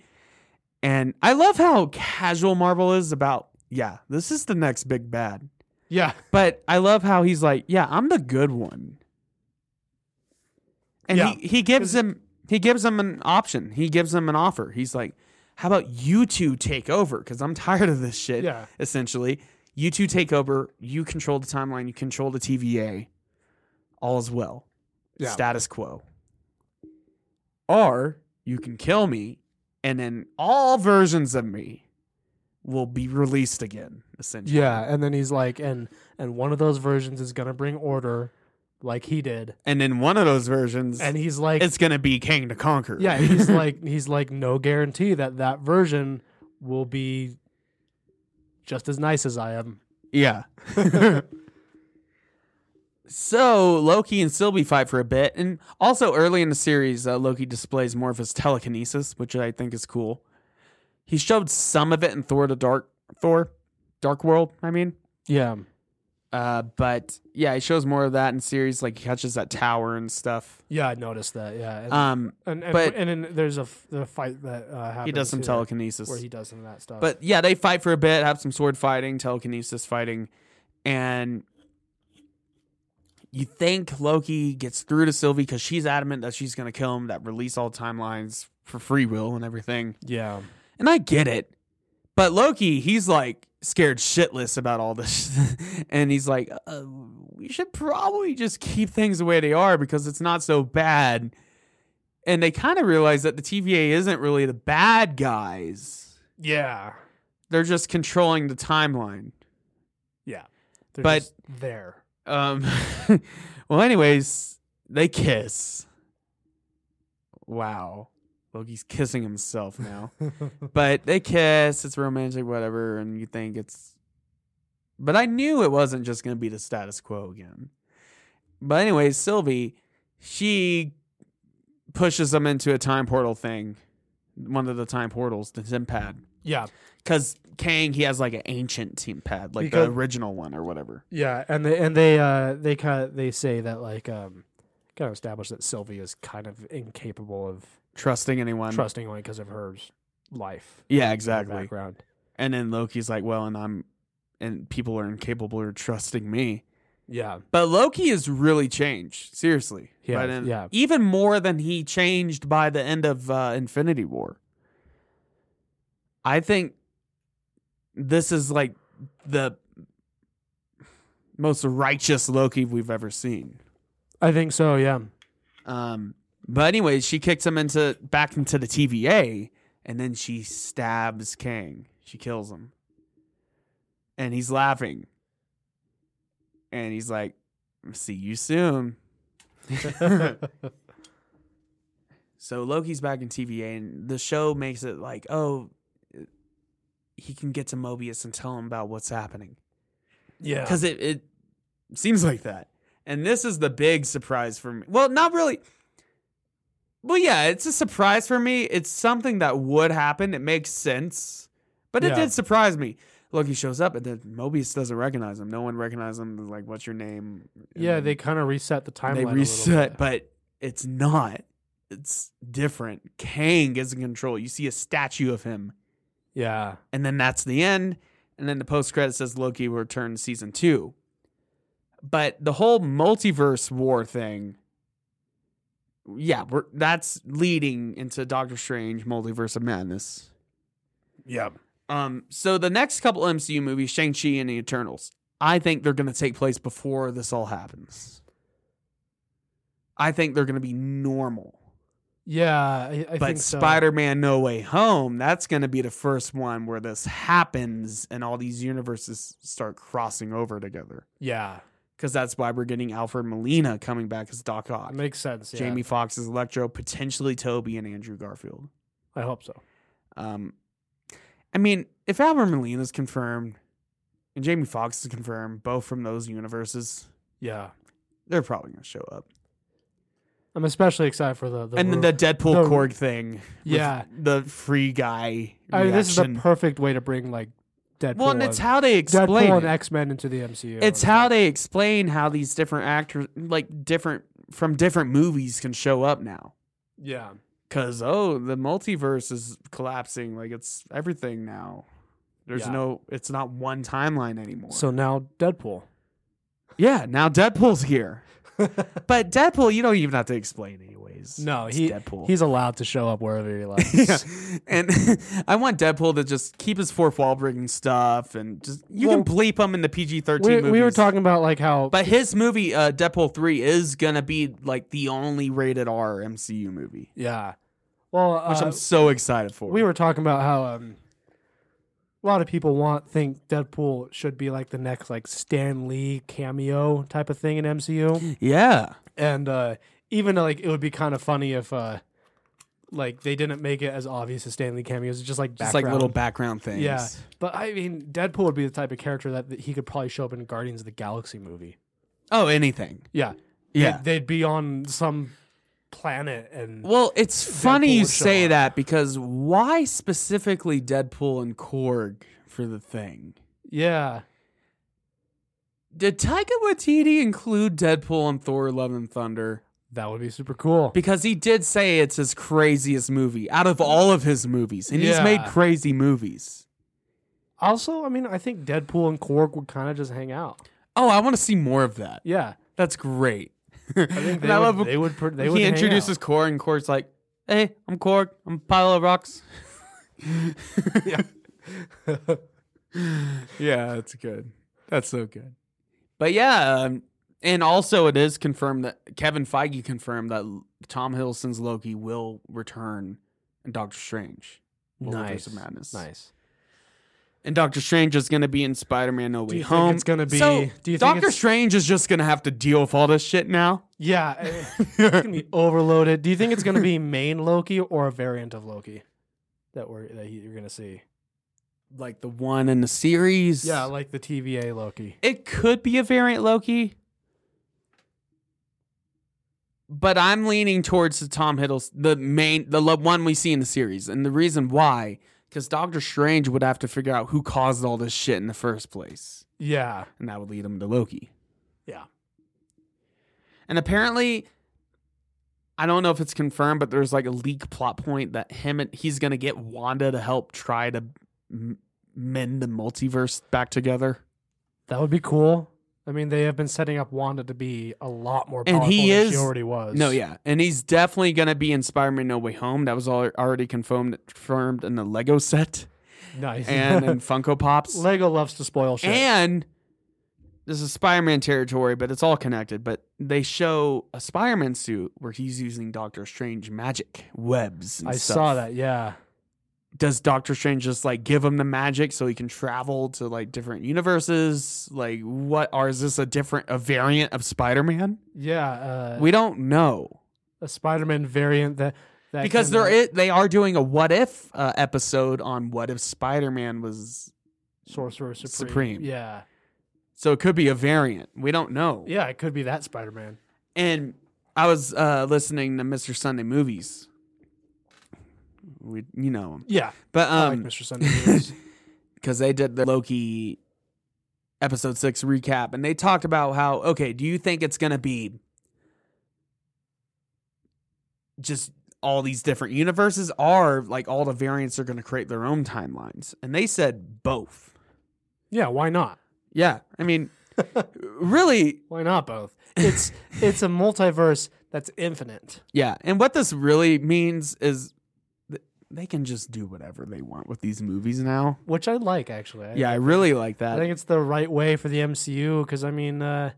A: And I love how casual Marvel is about, yeah, this is the next big bad.
B: Yeah,
A: But I love how he's like, yeah, I'm the good one. And
B: Yeah.
A: he, he gives him he gives him an option. He gives him an offer. He's like, how about you two take over? Because I'm tired of this shit.
B: Yeah.
A: Essentially, you two take over. You control the timeline. You control the TVA. All is well.
B: Yeah.
A: Status quo. Or you can kill me, and then all versions of me will be released again. Essentially.
B: yeah. And then he's like, and and one of those versions is gonna bring order, like he did.
A: And in one of those versions,
B: And he's like,
A: it's going to be King to Conquer.
B: yeah, he's like, he's like, no guarantee that that version will be just as nice as I am.
A: yeah. so Loki and Sylvie fight for a bit. And also early in the series, uh, Loki displays more of his telekinesis, which I think is cool. He showed some of it in Thor the Dark Thor, Dark World, I mean.
B: Yeah,
A: Uh, but yeah, he shows more of that in series, like he catches that tower and stuff.
B: yeah, I noticed that. Yeah, and
A: Um,
B: and, and,
A: but-
B: and then there's a, f- the fight that uh, happens
A: he does some
B: here
A: telekinesis.
B: where he does some of that stuff.
A: But yeah, they fight for a bit, have some sword fighting, telekinesis fighting, and you think Loki gets through to Sylvie because she's adamant that she's going to kill him, that release all timelines, for free will and everything.
B: Yeah.
A: And I get it. But Loki, he's like scared shitless about all this. and he's like, uh, we should probably just keep things the way they are because it's not so bad. And they kind of realize that the TVA isn't really the bad guys,
B: Yeah.
A: they're just controlling the timeline.
B: Yeah. They're
A: But-
B: just there.
A: Um, well, anyways, they kiss. Wow. Loki's kissing himself now. but they kiss, it's romantic, whatever, and you think it's. But I knew it wasn't just going to be the status quo again. But, anyways, Sylvie, she pushes them into a time portal thing, one of the time portals, the Zimpad.
B: Yeah.
A: Because Kang, he has like an ancient Zimpad, like
B: Because-
A: the original one or whatever.
B: Yeah, and they and they uh they kind of they say that like um kind of establish that Sylvie is kind of incapable of
A: Trusting anyone.
B: trusting only because of her s- life
A: Yeah,
B: and her
A: exactly.
B: background.
A: And then Loki's like, well, and I'm, and people are incapable of trusting me.
B: Yeah,
A: But Loki has really changed, seriously.
B: He
A: By
B: has,
A: then-
B: yeah.
A: Even more than he changed by the end of uh, Infinity War. I think this is like the most righteous Loki we've ever seen.
B: I think so. Yeah,
A: Um, but anyways, she kicks him into back into the TVA, and then she stabs Kang. She kills him, and he's laughing, and he's like, "See you soon." so Loki's back in TVA, and the show makes it like, oh, he can get to Mobius and tell him about what's happening
B: yeah,
A: because it, it seems like that. And this is the big surprise for me. Well, not really. Well, yeah, it's a surprise for me. It's something that would happen. It makes sense, but it
B: Yeah.
A: did surprise me. Loki shows up, and then Mobius doesn't recognize him. No one recognizes him. They're Like, what's your name? And
B: yeah.
A: then
B: They kind of reset the timeline.
A: they
B: a little
A: reset,
B: bit.
A: but it's not. It's different. Kang is in control. You see a statue of him
B: yeah,
A: and then that's the end. And then the post credit says Loki will return in season two. But the whole multiverse war thing, yeah, we're, that's leading into Doctor Strange Multiverse of Madness.
B: yeah,
A: Um, so the next couple MCU movies, Shang Chi and the Eternals, I think they're going to take place before this all happens. I think they're going to be normal.
B: yeah. I, I
A: But
B: think so.
A: Spider Man No Way Home, that's going to be the first one where this happens and all these universes start crossing over together.
B: Yeah,
A: Because that's why we're getting Alfred Molina coming back as Doc Ock,
B: makes sense. Yeah.
A: Jamie Foxx as Electro, potentially Toby and Andrew Garfield.
B: I hope so.
A: Um, I mean, if Alfred Molina is confirmed and Jamie Foxx is confirmed, both from those universes,
B: Yeah,
A: they're probably going to show up.
B: I'm especially excited for the, the
A: and
B: Ru-
A: then the Deadpool
B: the-
A: Korg thing. with
B: Yeah.
A: The free guy.
B: I mean, this is
A: reaction.
B: the perfect way to bring like Deadpool.
A: Well, and it's how they explain.
B: Deadpool and
A: it.
B: X Men into the MCU.
A: It's how they explain how these different actors, like different from different movies, can show up now.
B: yeah,
A: Cause oh, the multiverse is collapsing. Like it's everything now. There's
B: Yeah.
A: no. It's not one timeline anymore.
B: So now Deadpool.
A: yeah, now Deadpool's here. but Deadpool, you don't even have to explain, anyways.
B: No,
A: It's
B: he
A: Deadpool.
B: he's allowed to show up wherever he likes.
A: yeah, and I want Deadpool to just keep his fourth wall breaking stuff, and just you
B: Well,
A: can bleep him in the PG
B: we,
A: thirteen.
B: we were talking about like how
A: But his movie, uh, Deadpool 3, is going to be like the only rated R MCU movie,
B: yeah. Well,
A: which
B: uh,
A: I'm so excited for.
B: we were talking about how um a lot of people want think Deadpool should be like the next like Stan Lee cameo type of thing in MCU,
A: yeah.
B: and uh even like it would be kind of funny if uh like they didn't make it as obvious as Stan Lee cameos, it's just like
A: Just like
B: background.
A: little background things.
B: Yeah, but I mean, Deadpool would be the type of character that that he could probably show up in a Guardians of the Galaxy movie.
A: Oh, anything.
B: Yeah,
A: Yeah.
B: they'd, they'd be on some planet and
A: Well, it's funny
B: Deadpool
A: you
B: would show
A: say
B: up.
A: that because why specifically Deadpool and Korg for the thing?
B: yeah,
A: Did Taika Waititi include Deadpool and Thor Love and Thunder?
B: that would be super cool.
A: Because he did say it's his craziest movie out of all of his movies. And he's
B: Yeah.
A: made crazy movies.
B: Also, I mean, I think Deadpool and Korg would kind of just hang out.
A: Oh, I want to see more of that.
B: Yeah,
A: That's great.
B: I think
A: And
B: they would,
A: love-
B: they would. pr- They would
A: he
B: hang
A: introduces
B: out.
A: Core, and Core's like, Hey, I'm Korg. I'm a pile of rocks.
B: yeah.
A: yeah, that's good. That's so good. But yeah, um, and also it is confirmed that Kevin Feige confirmed that L- Tom Hiddleston's Loki will return in Doctor Strange. Multiverse
B: nice.
A: of Madness.
B: Nice.
A: And Doctor Strange is going to be in Spider-Man No Way
B: you think
A: Home.
B: it's gonna be-
A: So,
B: do you think
A: Doctor
B: it's-
A: Strange is just going to have to deal with all this shit now?
B: Yeah. eh, It's going to be overloaded. Do you think it's going to be main Loki or a variant of Loki that we're that you're going to see?
A: like the one in the series.
B: Yeah, like the TVA Loki.
A: It could be a variant Loki. But I'm leaning towards the Tom Hiddleston, the main, the lo- one we see in the series. And the reason why, because Doctor Strange would have to figure out who caused all this shit in the first place.
B: Yeah.
A: And that would lead him to Loki.
B: Yeah.
A: And apparently, I don't know if it's confirmed, but there's like a leak plot point that him and he's going to get Wanda to help try to m- mend the multiverse back together.
B: That would be cool. I mean, they have been setting up Wanda to be a lot more
A: And
B: powerful
A: he
B: than
A: is-
B: she already was.
A: No, yeah, and he's definitely gonna be in Spider-Man: No Way Home. That was al- already confirmed confirmed in the Lego set
B: Nice.
A: and in Funko Pops.
B: Lego loves to spoil shit.
A: and this is Spider-Man territory, but it's all connected. But they show a Spider-Man suit where he's using Doctor Strange magic webs. and
B: I
A: stuff.
B: saw that. Yeah.
A: Does Doctor Strange just like give him the magic so he can travel to like different universes? Like, what are is this a different a variant of Spider-Man?
B: Yeah. Uh,
A: We don't know.
B: a Spider-Man variant that that
A: because
B: can,
A: they're
B: like,
A: it, they are doing a what if uh, episode on what if Spider-Man was
B: Sorcerer Supreme.
A: Supreme.
B: Yeah.
A: so it could be a variant. We don't know.
B: Yeah, it could be that Spider-Man.
A: And I was uh, listening to Mr. Sunday Movies. We you know him.
B: Yeah.
A: But
B: I like
A: um
B: Mr. Sunday. Movies.
A: cuz they did the Loki episode 6 recap and they talked about how okay, do you think it's going to be just all these different universes are like all the variants are going to create their own timelines. And they said both.
B: yeah, why not?
A: Yeah, I mean, really,
B: Why not both? It's it's a multiverse that's infinite.
A: yeah. And what this really means is th- they can just do whatever they want with these movies now.
B: which I like actually. I,
A: Yeah, I really like
B: I
A: that.
B: think it's the right way for the MCU because I mean, uh,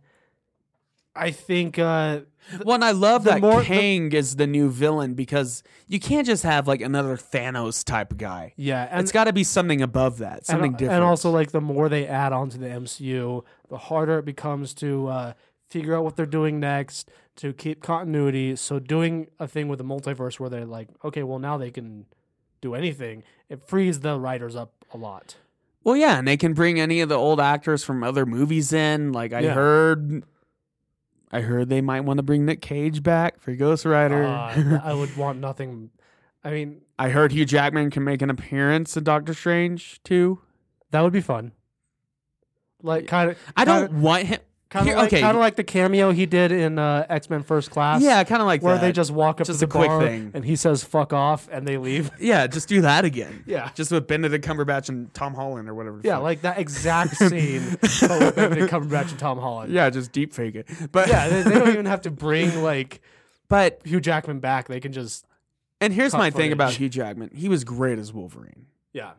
B: I think uh,
A: Well, and I love
B: the
A: that
B: more- the-
A: Kang is the new villain because you can't just have like another Thanos type of guy.
B: yeah, and
A: it's got to be something above that,
B: and-
A: something different.
B: And also, like the more they add on to the MCU, the harder it becomes to uh, figure out what they're doing next to keep continuity. So doing a thing with the multiverse where they're like, okay, well now they can do anything, it frees the writers up a lot.
A: well, yeah, and they can bring any of the old actors from other movies in. Like I
B: Yeah.
A: heard, I heard they might want to bring Nick Cage back for Ghost Rider.
B: Uh, I would want nothing. I mean,
A: I heard Hugh Jackman can make an appearance in Doctor Strange too.
B: that would be fun. Like kind of.
A: I don't want him.
B: Kind of
A: Here-
B: like,
A: okay.
B: kind of like the cameo he did in uh, X Men First Class.
A: yeah, kind of like
B: where
A: that.
B: they just walk up
A: Just
B: to
A: a
B: the
A: quick
B: bar
A: thing.
B: and he says "fuck off" and they leave.
A: yeah, just do that again.
B: Yeah.
A: just with Benedict Cumberbatch and Tom Holland or whatever. the
B: Yeah,
A: fuck.
B: like that exact scene, but with Benedict Cumberbatch and Tom Holland.
A: yeah, just deep fake it. But
B: Yeah, they, they don't even have to bring like
A: but
B: Hugh Jackman back. They can just
A: and here's
B: Cut
A: my thing
B: footage.
A: about Hugh Jackman. He was great as Wolverine,
B: yeah.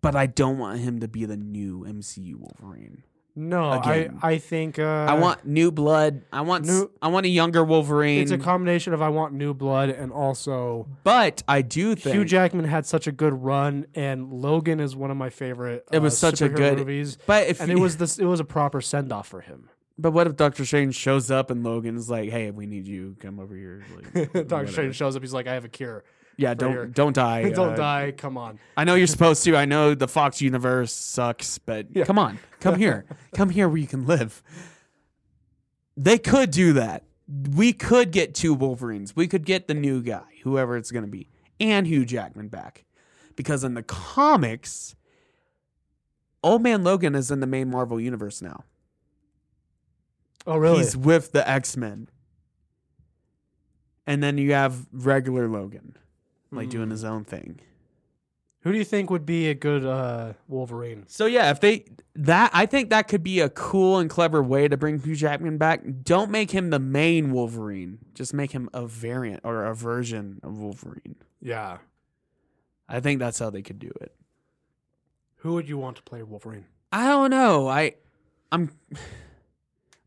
A: but I don't want him to be the new MCU Wolverine.
B: No,
A: Again.
B: I I think uh,
A: I want new blood. I want s-
B: New-
A: I want a younger Wolverine.
B: it's a combination of I want new blood and also
A: but I do think
B: Hugh Jackman had such a good run and Logan is one of my favorite.
A: It was
B: uh,
A: such a
B: superhero
A: good-
B: movies,
A: But if
B: and it was this it was a proper send off for him.
A: But what if Doctor Strange shows up and Logan's like, "Hey, we need you. Come over here." Like,
B: Doctor
A: whatever.
B: Strange shows up. He's like, I have a cure.
A: Yeah,
B: for
A: don't
B: your-
A: don't die.
B: Don't
A: uh,
B: die. Come on.
A: I know you're supposed to. I know the Fox universe sucks, but come on, come here, come here where you can live. They could do that. We could get two Wolverines. We could get the new guy, whoever it's going to be, and Hugh Jackman back, because in the comics, Old Man Logan is in the main Marvel universe now.
B: Oh really?
A: He's with the X Men. And then you have regular Logan, like doing his own thing,
B: Who do you think would be a good uh, Wolverine?
A: So yeah, if they that I think that could be a cool and clever way to bring Hugh Jackman back. Don't make him the main Wolverine. Just make him a variant or a version of Wolverine.
B: Yeah.
A: I think that's how they could do it.
B: Who would you want to play Wolverine?
A: I don't know. I I'm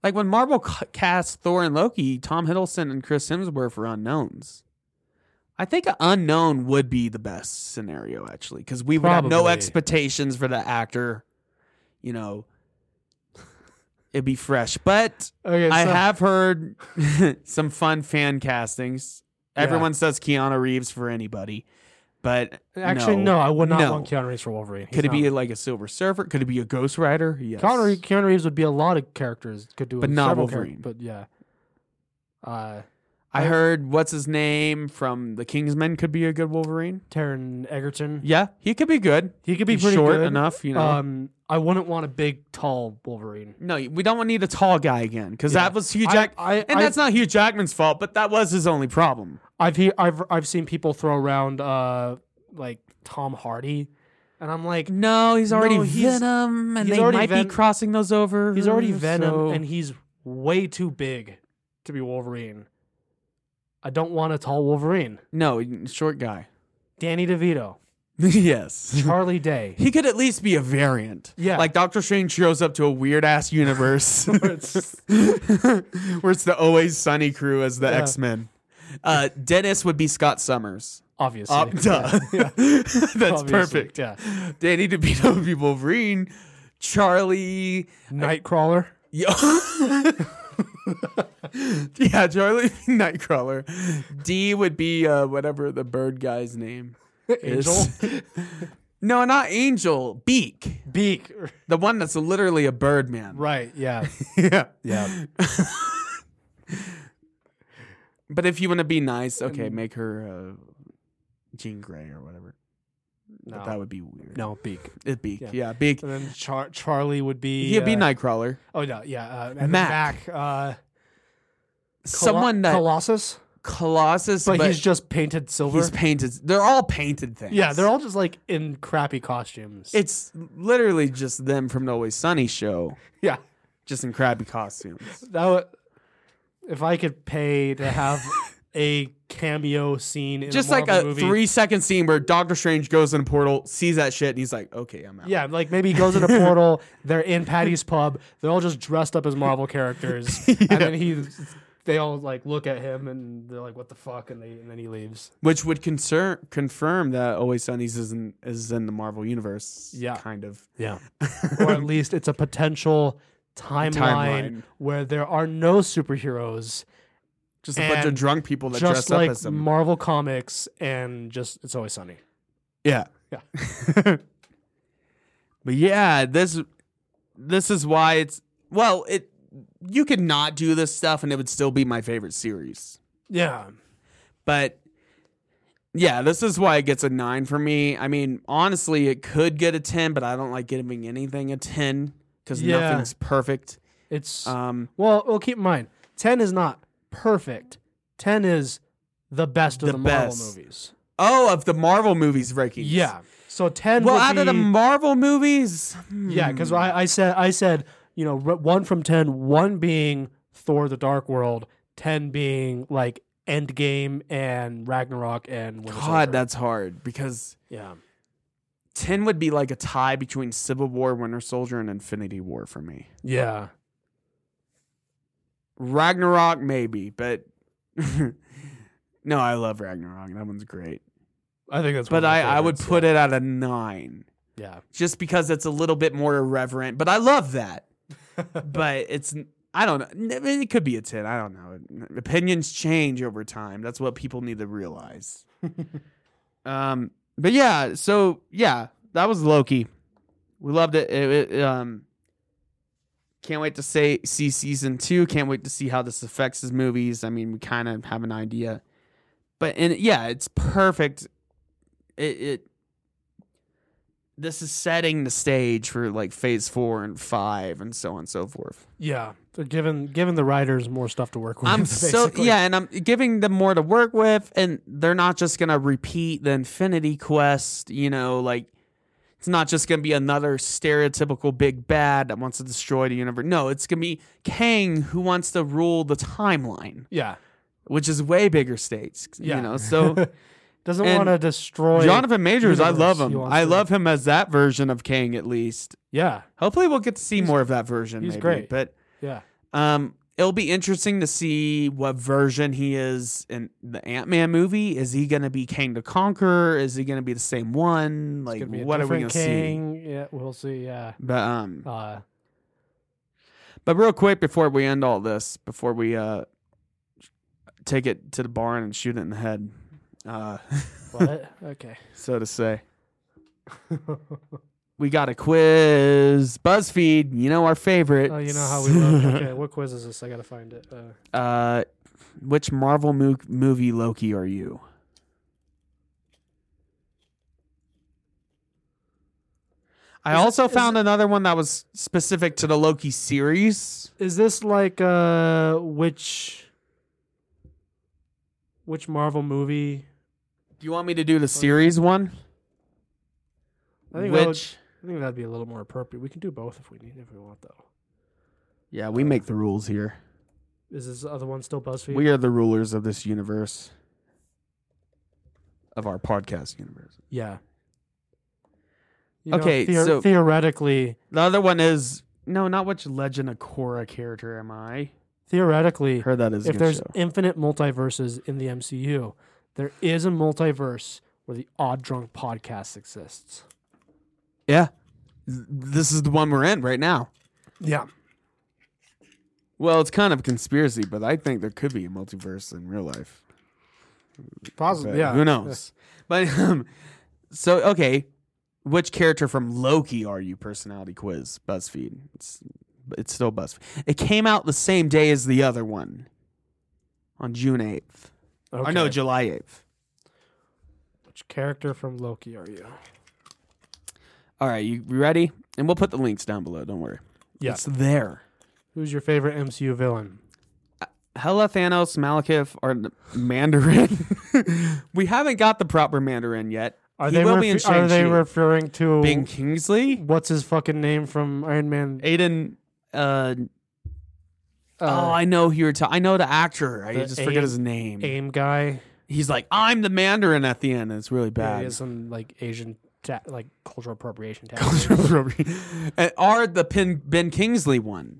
A: like when Marvel ca- cast Thor and Loki, Tom Hiddleston and Chris Hemsworth were unknowns. I think an unknown would be the best scenario actually cuz we would have no
B: Probably.
A: expectations for the actor, you know. It'd be fresh, but
B: Okay,
A: I
B: so-
A: have heard some fun fan castings.
B: Yeah.
A: Everyone says Keanu Reeves for anybody, but
B: Actually, no, I would not
A: No.
B: want Keanu Reeves for Wolverine. He's
A: Could it be
B: not-
A: like a Silver Surfer? Could it be a Ghost Rider? Yes.
B: Keanu, Reeves- Keanu Reeves would be a lot of characters. Could do
A: But not
B: several char-
A: Wolverine.
B: but yeah. Uh,
A: I heard what's his name from The Kingsmen could be a good Wolverine.
B: Taron Egerton.
A: Yeah, he could be good.
B: He could be
A: He's
B: pretty
A: short
B: good.
A: enough, you know.
B: Um, I wouldn't want a big, tall Wolverine.
A: no, we don't need a tall guy again because
B: Yeah.
A: that was Hugh
B: I-
A: Jack.
B: I-
A: and
B: I-
A: that's not Hugh Jackman's fault, but that was his only problem.
B: I've he- I've I've seen people throw around uh like Tom Hardy, and I'm like,
A: No, he's already
B: No, he's-
A: Venom, and
B: he's
A: they
B: already
A: might
B: Ven-
A: be crossing those over.
B: he's already Venom,
A: Mm, so-
B: and he's way too big to be Wolverine. I don't want a tall Wolverine.
A: no, short guy.
B: Danny DeVito,
A: yes.
B: Charlie Day.
A: He could at least be a variant.
B: Yeah.
A: Like Doctor Strange shows up to a weird ass universe where it's the always sunny crew as the
B: Yeah.
A: X Men. Uh, Dennis would be Scott Summers.
B: Obviously,
A: Uh, duh. That's
B: Obviously,
A: perfect.
B: Yeah,
A: Danny DeVito would be Wolverine. Charlie.
B: Nightcrawler.
A: Yo- yeah, Charlie would be Nightcrawler. D would be uh, whatever the bird guy's name
B: Angel?
A: is. no, not Angel. Beak.
B: Beak.
A: The one that's literally a bird man.
B: Right. Yeah.
A: Yeah.
B: Yeah.
A: But if you want to be nice, okay, make her uh, Jean Grey or whatever. But that
B: No.
A: would be weird.
B: No. Beak.
A: It Beak.
B: Yeah.
A: Yeah, Beak.
B: And then Char- Charlie would be.
A: He'd be
B: uh,
A: Nightcrawler.
B: Oh no. Yeah. Uh, and then
A: Mac.
B: Mac. Uh, Colo-
A: Someone that
B: Colossus,
A: Colossus,
B: but,
A: but,
B: he's just painted silver.
A: he's painted. They're all painted things.
B: yeah, they're all just like in crappy costumes.
A: It's literally just them from the Always Sunny show,
B: yeah,
A: just in crappy costumes.
B: that would, if I could pay to have a cameo scene in
A: Just
B: a
A: like
B: Marvel
A: a
B: movie,
A: three second scene where Doctor Strange goes in a portal, sees that shit, and he's like, okay, I'm out.
B: Yeah, like maybe he goes in a portal. They're in Patty's pub. They're all just dressed up as Marvel characters, and then he, they all like look at him and they're like, "What the fuck?" and they and then he leaves.
A: which would concern confirm that Always Sunny's is in, is in the Marvel universe.
B: Yeah.
A: kind of.
B: Yeah, or at least it's a potential timeline,
A: Timeline.
B: where there are no superheroes.
A: Just a bunch of
B: And
A: drunk people that dress
B: just like
A: up as them.
B: Marvel comics and just it's always sunny.
A: yeah,
B: Yeah.
A: but yeah, this this is why it's well, it you could not do this stuff and it would still be my favorite series.
B: Yeah.
A: But yeah, this is why it gets a nine for me. I mean, honestly, it could get a ten, but I don't like giving anything a ten because
B: Yeah.
A: nothing's perfect.
B: It's
A: Um,
B: well, well keep in mind, 10 is not perfect. 10 is the best of
A: The
B: the Marvel
A: best.
B: movies.
A: oh, of the Marvel movies rankings,
B: Yeah. So 10
A: Well,
B: would
A: out of the
B: be-
A: Marvel movies, Hmm.
B: Yeah, cuz I, I said I said, you know, r- 1 from 10, 1 being Thor the Dark World, 10 being like Endgame and Ragnarok and Winter Soldier.
A: God, that's hard because
B: Yeah.
A: ten would be like a tie between Civil War, Winter Soldier, and Infinity War for me.
B: Yeah.
A: Ragnarok, maybe, but no, I love Ragnarok. That one's great,
B: I think that's one
A: but
B: of my
A: I, I would
B: favorites.
A: put it at a nine
B: Yeah.
A: just because it's a little bit more irreverent. But I love that. but it's I don't know. I mean, It could be a ten. I don't know. Opinions change over time. That's what people need to realize. um, but yeah. So yeah, that was Loki. We loved it. It- it, um, can't wait to say, see season two. Can't wait to see how this affects his movies. I mean, we kind of have an idea, but and yeah, it's perfect. It, it this is setting the stage for like phase four and five and so on and so forth.
B: Yeah, they're giving giving the writers more stuff to work with.
A: I'm so
B: basically.
A: yeah, and I'm giving them more to work with, and they're not just gonna repeat the Infinity Quest. You know, like it's not just gonna be another stereotypical big bad that wants to destroy the universe. No, it's gonna be Kang who wants to rule the timeline,
B: yeah.
A: which is way bigger stakes.
B: Yeah.
A: You know, so
B: Doesn't
A: And
B: want to destroy
A: Jonathan Majors, I
B: universe
A: love
B: he
A: him.
B: wants
A: I
B: to-
A: love him as that version of Kang at least.
B: Yeah,
A: Hopefully, we'll get to see more of that version.
B: he's
A: maybe,
B: great.
A: but
B: yeah,
A: Um, it'll be interesting to see what version he is in the Ant Man movie. Is he gonna be King the Conqueror? Is he gonna be the same one? Like,
B: Could be a
A: what are we gonna
B: different
A: see?
B: king. Yeah, we'll see. Yeah,
A: But um,
B: uh,
A: but real quick before we end all this, before we uh take it to the barn and shoot it in the head, uh,
B: what? okay.
A: so to say. We got a quiz. BuzzFeed, you know our favorite.
B: Oh, you know how we love. Okay, what quiz is this? I gotta find it. Uh,
A: uh, which Marvel mo- movie Loki are you? I
B: Is it-
A: also
B: is
A: found another one that was specific to the Loki series.
B: is this like uh, which which Marvel movie?
A: Do you want me to do the series one?
B: I think that would,
A: Which?
B: I think that'd be a little more appropriate. We can do both if we need if we want though.
A: Yeah, we make the rules here.
B: Is this other one still BuzzFeed?
A: We are the rulers of this universe, of our podcast universe.
B: yeah. You know,
A: Okay,
B: theo-
A: so-
B: theoretically,
A: The other one is no, not which Legend of Korra character am I?
B: theoretically,
A: Heard that is a
B: if
A: good
B: there's
A: show.
B: infinite multiverses in the MCU, there is a multiverse where the Odd Drunk podcast exists.
A: Yeah. Th- This is the one we're in right now.
B: Yeah.
A: Well, it's kind of a conspiracy, but I think there could be a multiverse in real life. But
B: Possibly. Yeah.
A: Who knows? But um, so okay, which character from Loki are you? Personality quiz, BuzzFeed. It's it's still BuzzFeed. It came out the same day as the other one, on June eighth.
B: Okay.
A: Or no, July eighth.
B: Which character from Loki are you?
A: All right, you, you ready? And we'll put the links down below. Don't worry.
B: Yeah.
A: It's there.
B: Who's your favorite MCU villain?
A: Hella Thanos, Malekith, or n- Mandarin. we haven't got the proper Mandarin yet.
B: Are
A: He
B: they
A: will be in
B: refe- are they
A: Shang-Chi.
B: referring to
A: Bing Kingsley,
B: what's his fucking name from Iron Man?
A: Aiden. Uh, oh,
B: uh,
A: I know who you're. Ta- I know the actor. I
B: The
A: just forget
B: Aim-
A: his name.
B: AIM guy.
A: He's like, I'm the Mandarin at the end. It's really
B: Yeah, he
A: bad.
B: has some like Asian ta- like cultural appropriation. tax.
A: and are the Pin- Ben Kingsley one,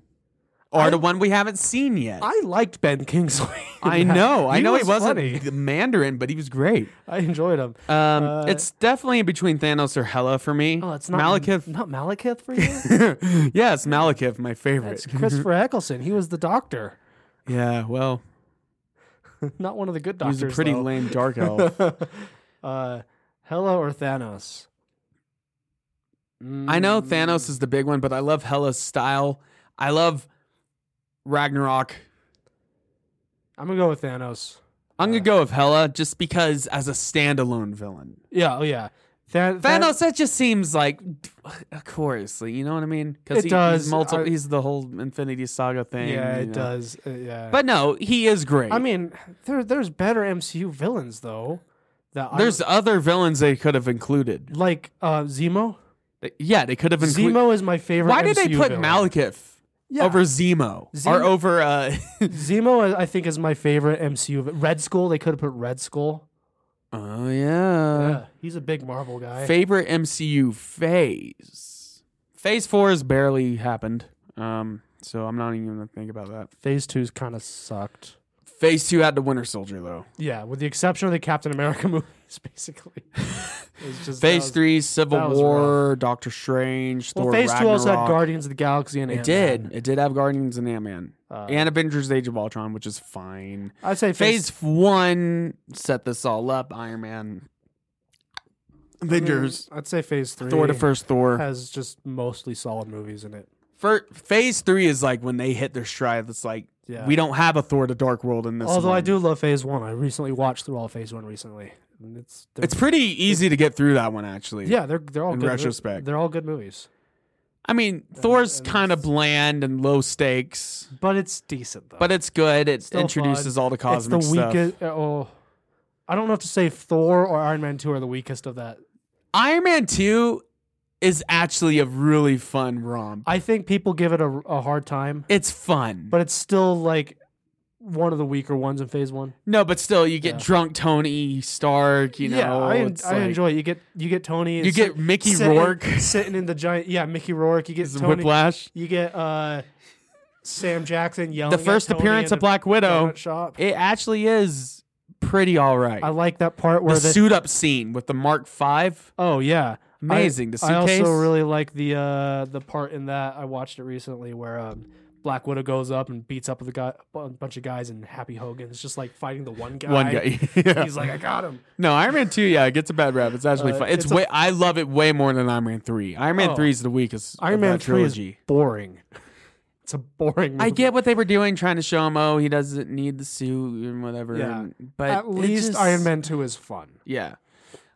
A: or the one we haven't seen yet? I,
B: I liked Ben Kingsley.
A: know. I know he,
B: was
A: wasn't
B: funny.
A: the Mandarin, but he was great.
B: I enjoyed him.
A: Um,
B: Uh,
A: it's definitely between Thanos or Hella for me.
B: Oh, it's not
A: Malekith.
B: Not Malekith for you.
A: yeah, it's Malekith, my favorite.
B: That's Christopher Eccleston. He was the doctor,
A: yeah, well,
B: not one of the good
A: he
B: doctors.
A: was a pretty
B: though.
A: lame dark elf.
B: uh, Hela or Thanos? Mm,
A: I know Thanos is the big one, but I love Hela's style. I love Ragnarok.
B: I'm gonna go with Thanos.
A: I'm gonna go with Hela just because as a standalone villain.
B: Yeah. Oh yeah. Than- Than-
A: Thanos, that just seems like, of course, like, you know what I mean?
B: It does.
A: He's, multi-
B: I-
A: he's the whole Infinity Saga thing.
B: yeah,
A: you
B: it
A: know.
B: does. Uh, yeah.
A: But no, he is great.
B: I mean, there there's better MCU villains though. That I-
A: there's other villains they could have included.
B: like uh, Zemo.
A: Yeah, they could have included.
B: Zemo is my favorite.
A: Why did they
B: MCU
A: put
B: villain.
A: Malekith
B: Yeah.
A: over Zemo
B: Zemo-
A: or over uh,
B: Zemo? I think is my favorite MCU. vi- Red Skull. They could have put Red Skull.
A: Oh yeah.
B: yeah, he's a big Marvel guy.
A: Favorite MCU phase. Phase 4 has barely happened. Um so I'm not even going to think about that.
B: Phase two's kind of sucked.
A: Phase 2 had the Winter Soldier though.
B: Yeah, with the exception of the Captain America movies, basically. It's just- that
A: Phase
B: was-
A: 3 Civil
B: that was
A: War, Doctor Strange,
B: Well,
A: Thor
B: Phase two also had
A: Ragnarok.
B: Guardians of the Galaxy and
A: It
B: Ant-Man.
A: did. It did have Guardians and Ant-Man.
B: Uh,
A: and Avengers Age of Ultron, which is fine.
B: I'd say phase,
A: Phase 1 set this all up, Iron Man. Avengers,
B: I'd say Phase three.
A: Thor the first Thor.
B: has just mostly solid movies in it.
A: Fir phase three is like when they hit their stride. It's like
B: Yeah.
A: we don't have a Thor: The Dark World in this.
B: Although I
A: one.
B: do love Phase one. I recently watched through all of Phase one recently. And it's they're-
A: It's pretty easy to get through that one, actually.
B: yeah, they're they're all
A: in
B: good mov-
A: retrospect.
B: they're all good movies,
A: I mean, Thor's
B: and
A: kind of
B: it's-
A: bland and low stakes,
B: but it's decent though.
A: but it's good. It
B: Still
A: introduces all the
B: it's the
A: cosmic stuff.
B: weakest. uh, Oh, I don't know if to say Thor or Iron Man two are the weakest of that.
A: Iron Man 2 is actually a really fun romp.
B: I think people give it a, a hard time,
A: It's fun.
B: but it's still like one of the weaker ones in Phase one.
A: no, but still, you get
B: Yeah.
A: drunk Tony Stark, you know.
B: yeah, I, en-
A: it's
B: I
A: like-
B: enjoy. It. You get you get Tony.
A: You get
B: sit-
A: Mickey
B: sitting-
A: Rourke.
B: sitting in the giant. Yeah, Mickey Rourke. You get
A: Is it
B: Tony.
A: Whiplash.
B: You get uh, Sam Jackson yelling.
A: The
B: at
A: first
B: Tony
A: appearance
B: in
A: of Black
B: the
A: Widow.
B: donut shop.
A: It actually is pretty all right.
B: I like that part
A: the
B: where the,
A: suit up scene with the Mark Five,
B: oh yeah,
A: amazing.
B: I,
A: the
B: I
A: suitcase.
B: also really like the uh, the part in that I watched it recently where um, Black Widow goes up and beats up the guy, a bunch of guys, and Happy Hogan's just like fighting the one guy.
A: one guy. Yeah.
B: He's like, I got him.
A: no, Iron Man Two. Yeah, it gets a bad rap. It's actually
B: Uh,
A: fun. It's,
B: it's a-
A: way. I love it way more than Iron Man Three. Iron Man
B: Oh.
A: Three is the weakest.
B: Iron
A: of
B: Man
A: that
B: Three is
A: trilogy.
B: boring. It's a boring. Movie.
A: I get what they were doing, trying to show him. Oh, he doesn't need the suit and whatever.
B: Yeah.
A: and- but
B: At
A: it
B: least
A: just-
B: Iron Man Two is fun.
A: Yeah.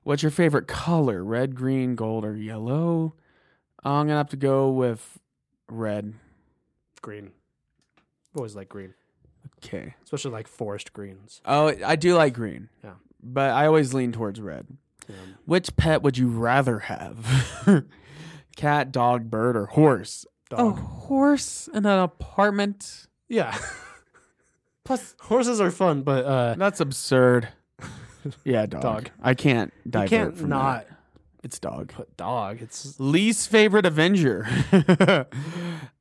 A: What's your favorite color? Red, green, gold, or yellow? I'm gonna have to go with red.
B: Green. Always like green,
A: Okay.
B: especially like forest greens.
A: Oh, I do like green.
B: Yeah.
A: But I always lean towards red.
B: Um,
A: Which pet would you rather have? Cat, dog, bird, or horse? A
B: dog.
A: horse in an apartment?
B: Yeah. Plus, horses are fun, but uh,
A: That's absurd. Yeah, dog.
B: Dog.
A: I can't divert
B: you can't
A: from
B: not
A: that. It's dog.
B: put dog. It's
A: Least favorite Avenger?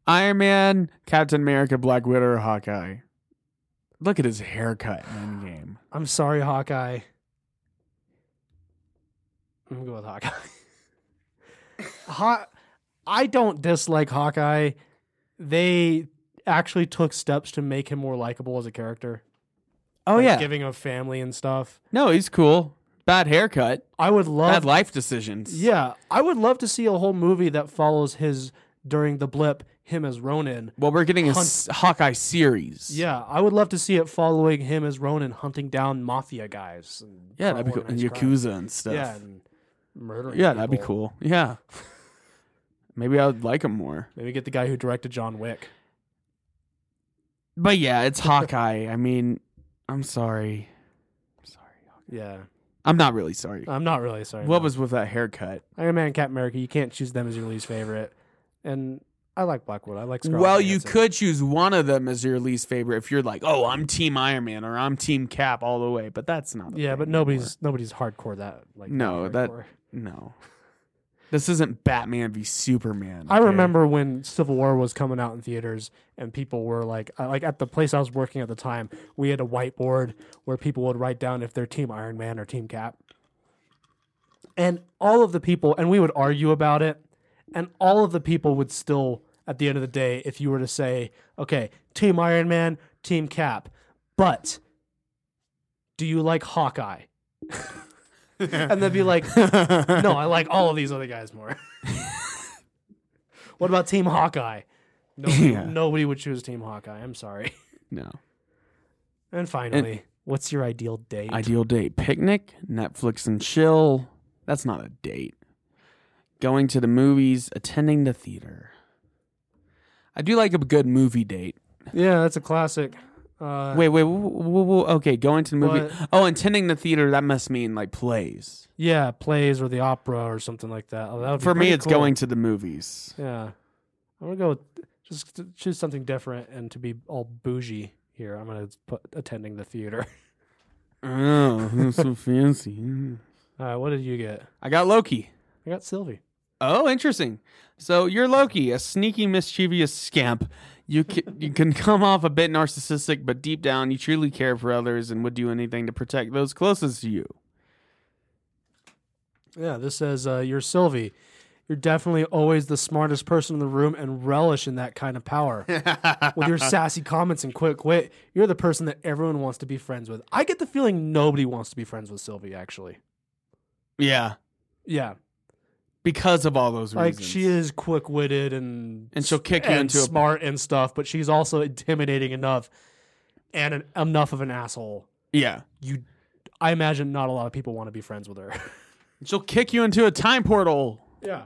A: Iron Man, Captain America, Black Widow, or Hawkeye? Look at his haircut in the game.
B: I'm sorry, Hawkeye. I'm gonna go with Hawkeye. Hot. I don't dislike Hawkeye. They actually took steps to make him more likable as a character.
A: Oh,
B: Like,
A: yeah.
B: giving a family and stuff.
A: no, he's cool. Bad haircut.
B: I would
A: Bad
B: love
A: life decisions.
B: Yeah, I would love to see a whole movie that follows his during the blip, him as Ronin.
A: Well, we're getting a
B: Hunt-
A: s- Hawkeye series.
B: Yeah, I would love to see it following him as Ronin hunting down mafia guys. And
A: Yeah, that'd be cool. And
B: organized
A: Yakuza
B: crime.
A: and stuff.
B: Yeah,
A: Yeah,
B: and murdering.
A: that'd be
B: people.
A: cool. Yeah. Maybe I would like him more.
B: Maybe get the guy who directed John Wick.
A: But yeah, it's Hawkeye. I mean, I'm sorry. I'm sorry.
B: Yeah,
A: I'm not really sorry.
B: I'm not really sorry.
A: what
B: no.
A: was with that haircut?
B: Iron Man, and Captain America? You can't choose them as your least favorite. And I like Blackwood. I like. Scarlett
A: well, you
B: Johansson.
A: could choose one of them as your least favorite if you're like, oh, I'm Team Iron Man or I'm Team Cap all the way. But that's not. a
B: Yeah,
A: thing
B: but nobody's nobody's hardcore that like.
A: No, that-
B: hardcore.
A: anymore. no. This isn't Batman v Superman.
B: I
A: okay?
B: remember when Civil War was coming out in theaters, and people were like, I- like at the place I was working at the time, we had a whiteboard where people would write down if they're Team Iron Man or Team Cap, and all of the people, and we would argue about it, and all of the people would still, at the end of the day, if you were to say, okay, Team Iron Man, Team Cap, but do you like Hawkeye? and they'd be like, no, I like all of these other guys more. what about Team Hawkeye? No,
A: Yeah.
B: Nobody would choose Team Hawkeye. I'm sorry.
A: No.
B: And finally, what's your ideal date?
A: Ideal date picnic, Netflix and chill. That's not a date. Going to the movies, attending the theater. I do like a good movie date.
B: yeah, that's a classic. Uh,
A: Wait, wait, whoa, whoa, whoa, okay, going to the movie.
B: But-
A: Oh, attending the theater, that must mean like plays.
B: yeah, plays or the opera or something like that. Oh, that would be
A: For me,
B: pretty
A: it's
B: cool.
A: going to the movies.
B: Yeah, I'm gonna go with just to choose something different and to be all bougie here. I'm gonna put attending the theater.
A: Oh, that's so fancy. Mm.
B: All right, what did you get?
A: I got Loki.
B: I got Sylvie.
A: Oh, interesting. So you're Loki, a sneaky, mischievous scamp. You can, you can come off a bit narcissistic, but deep down, you truly care for others and would do anything to protect those closest to you.
B: Yeah, this says uh, you're Sylvie. You're definitely always the smartest person in the room and relish in that kind of power. with your sassy comments and quick wit, you're the person that everyone wants to be friends with. I get the feeling nobody wants to be friends with Sylvie, actually.
A: Yeah,
B: Yeah.
A: because of all those
B: Like,
A: reasons.
B: she is quick witted and,
A: And she'll kick you
B: and
A: into a-
B: smart and stuff, but she's also intimidating enough and an, enough of an asshole.
A: yeah.
B: You, I imagine not a lot of people want to be friends with her.
A: She'll kick you into a time portal,
B: yeah.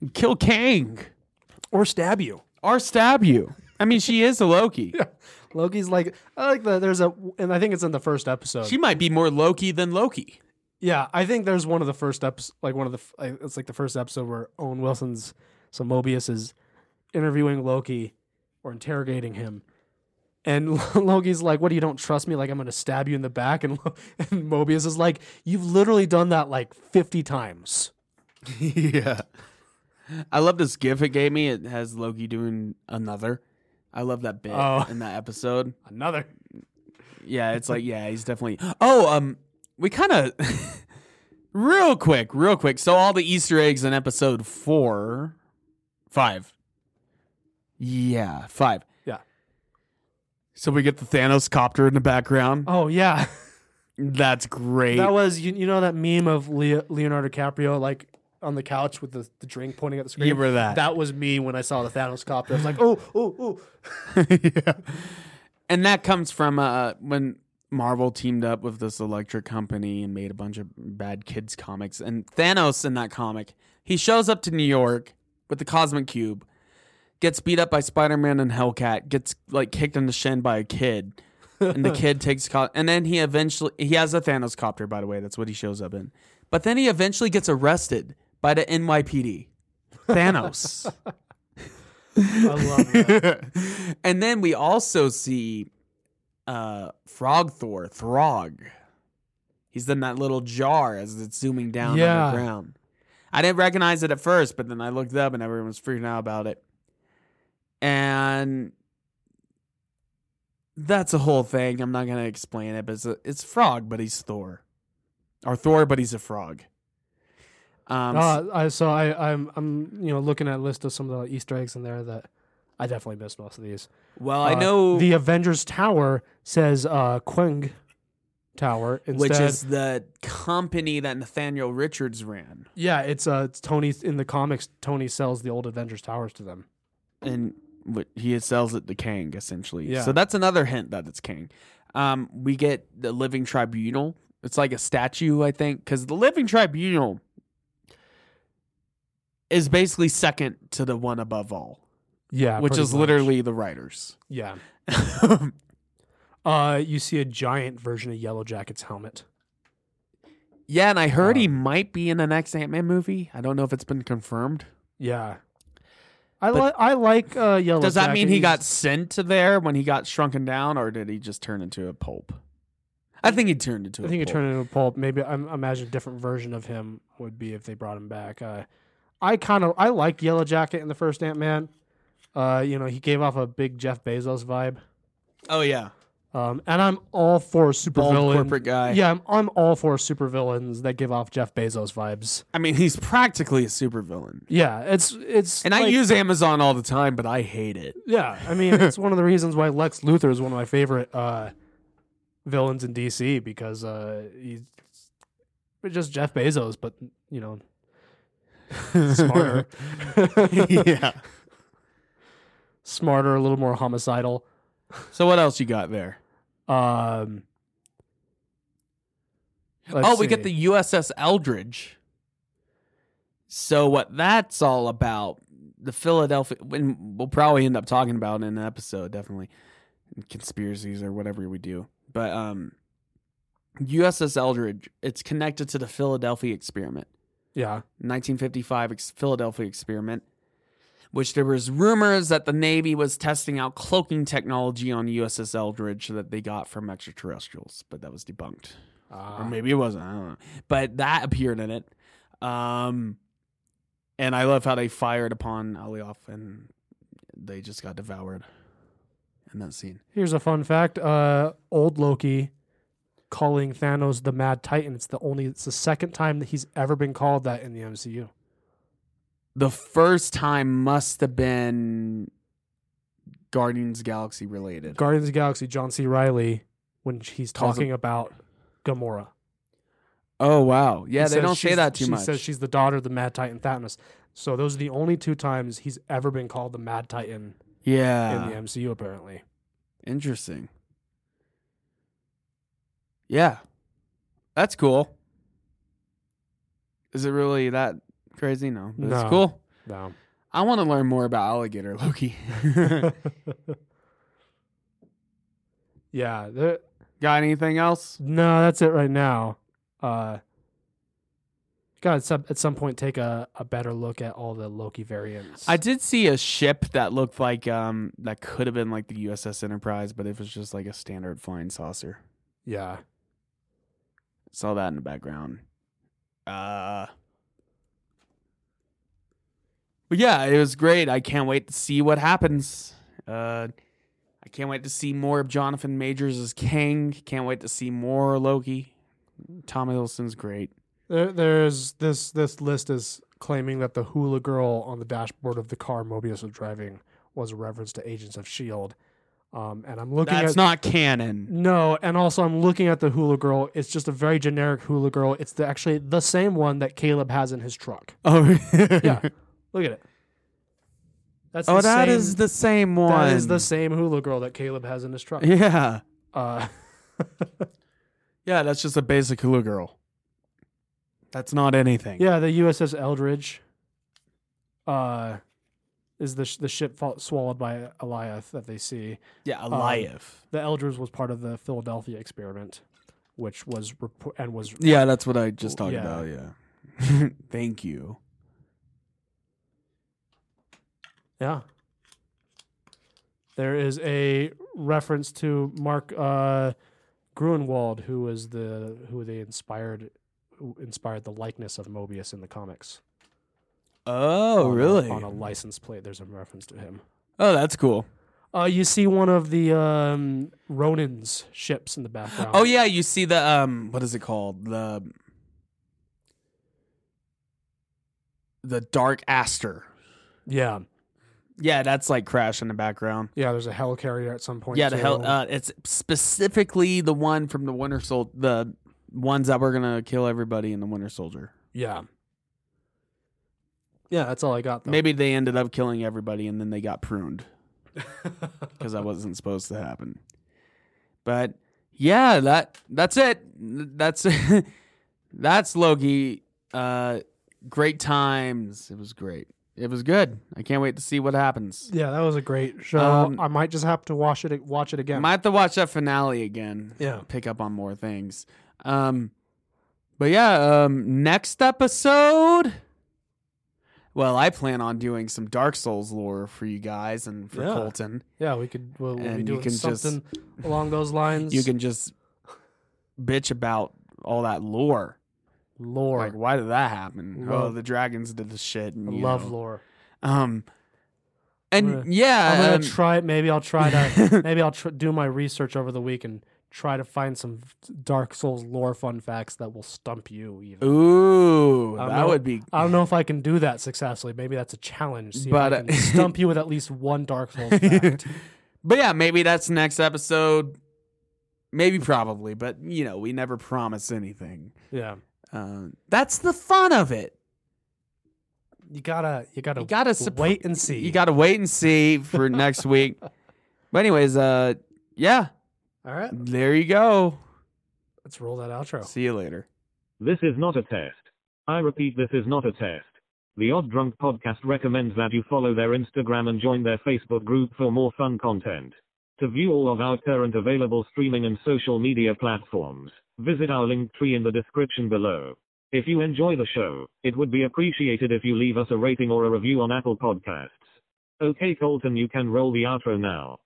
A: and kill Kang,
B: Or stab you.
A: or stab you. I mean, she is a Loki.
B: Loki's like I like the there's a and I think it's in the first episode.
A: She might be more Loki than Loki.
B: yeah, I think there's one of the first eps like one of the f- I- it's like the first episode where Owen Wilson's so Mobius is interviewing Loki or interrogating him. And Loki's like, "What? You don't trust me? Like I'm gonna stab you in the back?" And, Lo- and Mobius is like, "You've literally done that like 50 times."
A: yeah. I love this gif it gave me. It has Loki doing another. I love that bit
B: Oh.
A: in that episode.
B: Another.
A: Yeah, it's like yeah, he's definitely. Oh, um, we kind of real quick, real quick. So all the Easter eggs in episode four, five. Yeah, five.
B: Yeah.
A: So we get the Thanos copter in the background.
B: Oh yeah.
A: That's great.
B: That was you, you know that meme of Leo, Leonardo DiCaprio like on the couch with the, the drink pointing at the screen.
A: You were that.
B: That was me when I saw the Thanos copter. I was like, oh, oh, oh.
A: yeah. And that comes from uh, when Marvel teamed up with this electric company and made a bunch of bad kids comics. And Thanos in that comic, he shows up to New York with the Cosmic Cube, gets beat up by Spider Man and Hellcat, gets like kicked in the shin by a kid. and the kid takes co- and then he eventually he has a Thanos copter by the way that's what he shows up in but then he eventually gets arrested by the NYPD Thanos
B: I love that.
A: and then we also see uh Frog Thor, Throg. He's in that little jar as it's zooming down
B: Yeah.
A: on the ground. I didn't recognize it at first, but then I looked up and everyone was freaking out about it. And that's a whole thing. I'm not gonna explain it, but it's a, it's Frog, but he's Thor, or Thor, but he's a frog. Um,
B: Uh, I saw. I, I'm. I'm. You know, looking at a list of some of the Easter eggs in there that I definitely missed most of these.
A: well,
B: Uh,
A: I know
B: the Avengers Tower says uh, Quang Tower instead.
A: which is the company that Nathaniel Richards ran.
B: yeah, it's uh, it's Tony in the comics. Tony sells the old Avengers towers to them.
A: and what he sells it to Kang essentially.
B: Yeah.
A: So that's another hint that it's Kang. Um, we get the Living Tribunal. It's like a statue, I think, because the Living Tribunal is basically second to the one above all,
B: Yeah,
A: which
B: pretty
A: is
B: much.
A: literally the writers.
B: yeah. Uh, you see a giant version of Yellow Jacket's helmet.
A: yeah, and I heard
B: Wow.
A: he might be in the next Ant Man movie. I don't know if it's been confirmed.
B: Yeah, I like I like uh, Yellow.
A: Does that mean
B: Jacket.
A: he got
B: He's-
A: sent to there when he got shrunken down, or did he just turn into a pulp? I think he turned into.
B: I
A: a
B: think he
A: pulp.
B: turned into a pulp. Maybe I I imagine a different version of him would be if they brought him back. Uh, I kind of I liked Yellow Jacket in the first Ant Man. Uh, you know, he gave off a big Jeff Bezos vibe.
A: Oh yeah.
B: Um, and I'm all for super
A: Bald
B: villain.
A: corporate guy.
B: Yeah, I'm, I'm all for super villains that give off Jeff Bezos vibes.
A: I mean, he's practically a supervillain.
B: Yeah, it's it's
A: And I
B: like-
A: use Amazon all the time, but I hate it.
B: Yeah, I mean, it's one of the reasons why Lex Luthor is one of my favorite uh, villains in DC because uh, he's it's just Jeff Bezos, but you know, smarter,
A: yeah.
B: smarter, a little more homicidal.
A: So what else you got there?
B: Um, let's
A: oh, we
B: see.
A: get the USS Eldridge. So what that's all about, the Philadelphia, and we'll probably end up talking about it in an episode, definitely, conspiracies or whatever we do. But um, USS Eldridge, it's connected to the Philadelphia experiment.
B: yeah,
A: 1955 ex- Philadelphia experiment, which there was rumors that the Navy was testing out cloaking technology on USS Eldridge that they got from extraterrestrials, but that was debunked. Or
B: uh,
A: maybe it wasn't. I don't know. But that appeared in it. Um, and I love how they fired upon Alioth and they just got devoured in that scene.
B: here's a fun fact: uh, old Loki calling Thanos the Mad Titan. It's the only, it's the second time that he's ever been called that in the MCU.
A: The first time must have been Guardians Galaxy related.
B: Guardians of the Galaxy, John C. Riley, when he's
A: Calls
B: talking about Gamora.
A: Oh wow,
B: He
A: yeah, they
B: says
A: don't say
B: she's-
A: that too
B: she
A: much.
B: says she's the daughter of the Mad Titan Thanos. So those are the only two times he's ever been called the Mad Titan
A: yeah,
B: in the MCU, apparently.
A: interesting. Yeah, That's cool. Is it really that crazy? No. But It's
B: No.
A: cool.
B: No.
A: I want to learn more about alligator Loki.
B: yeah. there-
A: Got anything else?
B: No, that's it right now. Uh, gotta at some, at some point take a, a better look at all the Loki variants.
A: I did see a ship that looked like um that could have been like the USS Enterprise, but it was just like a standard flying saucer.
B: yeah.
A: Saw that in the background. Uh But yeah, it was great. I can't wait to see what happens. Uh I can't wait to see more of Jonathan Majors as Kang. Can't wait to see more Loki. Tom Hiddleston's great.
B: There, there's this this list is claiming that the hula girl on the dashboard of the car Mobius was driving was a reference to Agents of Shield. E Um, and I'm looking
A: That's
B: at
A: not canon.
B: no, and also I'm looking at the hula girl. It's just a very generic hula girl. It's the, actually the same one that Caleb has in his truck.
A: Oh
B: Yeah, look at it. That's
A: Oh,
B: the
A: that
B: same-
A: is the same one.
B: That is the same hula girl that Caleb has in his truck.
A: Yeah.
B: Uh,
A: Yeah, that's just a basic hula girl. That's not anything.
B: yeah, the USS Eldridge uh, is the sh- the ship fall- swallowed by Eliath that they see.
A: Yeah, Alive.
B: The Eldridge was part of the Philadelphia experiment, which was repor- and was
A: Yeah, that's what I just talked
B: Yeah.
A: about. Yeah. Thank you.
B: yeah. There is a reference to Mark uh, Gruenwald, who was the who they inspired who inspired the likeness of Mobius in the comics.
A: Oh,
B: On a-
A: really?
B: on a license plate, there's a reference to him.
A: oh, that's cool.
B: Uh, you see one of the um, Ronin's ships in the background.
A: Oh yeah, you see the um what is it called? The the Dark Aster.
B: yeah,
A: Yeah, that's like Crash in the background.
B: yeah. There's a hell carrier at some point.
A: Yeah, the
B: too.
A: hell uh it's specifically the one from the Winter Soldier, the ones that were going to kill everybody in the Winter Soldier.
B: yeah, yeah. That's all I got. Though.
A: Maybe they ended up killing everybody and then they got pruned because that wasn't supposed to happen. But yeah, that that's it. That's that's Loki. Uh, great times. It was great. It was good. I can't wait to see what happens.
B: Yeah, that was a great show.
A: Um,
B: I might just have to watch it. Watch it again.
A: Might have to watch that finale again.
B: Yeah.
A: pick up on more things. Um, but yeah, um, next episode. Well, I plan on doing some Dark Souls lore for you guys and for
B: Yeah.
A: Colton.
B: yeah, we could. We'll, we'll
A: And
B: be
A: you
B: doing
A: can just-
B: something along those lines.
A: You can just bitch about all that lore.
B: lore.
A: Like, why did that happen? oh,
B: Love-
A: the dragons did the shit.
B: I
A: And, you
B: love
A: know.
B: lore.
A: Um, and
B: I'm gonna-
A: yeah,
B: I'm gonna
A: um,
B: try it. Maybe I'll try to. maybe I'll tr- do my research over the week and try to find some Dark Souls lore fun facts that will stump you. Even.
A: ooh, that
B: I don't know.
A: would be.
B: I don't know if I can do that successfully. Maybe that's a challenge. See
A: But,
B: if I can
A: uh,
B: stump you with at least one Dark Souls fact.
A: But yeah, maybe that's next episode. Maybe probably, but you know, we never promise anything.
B: yeah,
A: Uh, that's the fun of it.
B: you gotta, you gotta,
A: You gotta supp-
B: wait and see.
A: You got to wait and see for next week. But anyways, uh, yeah,
B: All right,
A: there you go.
B: let's roll that outro.
A: See you later.
C: This is not a test. I repeat, this is not a test. The Odd Drunk Podcast recommends that you follow their Instagram and join their Facebook group for more fun content. To view all of our current available streaming and social media platforms, visit our link tree in the description below. If you enjoy the show, it would be appreciated if you leave us a rating or a review on Apple Podcasts. Okay, Colton, you can roll the outro now.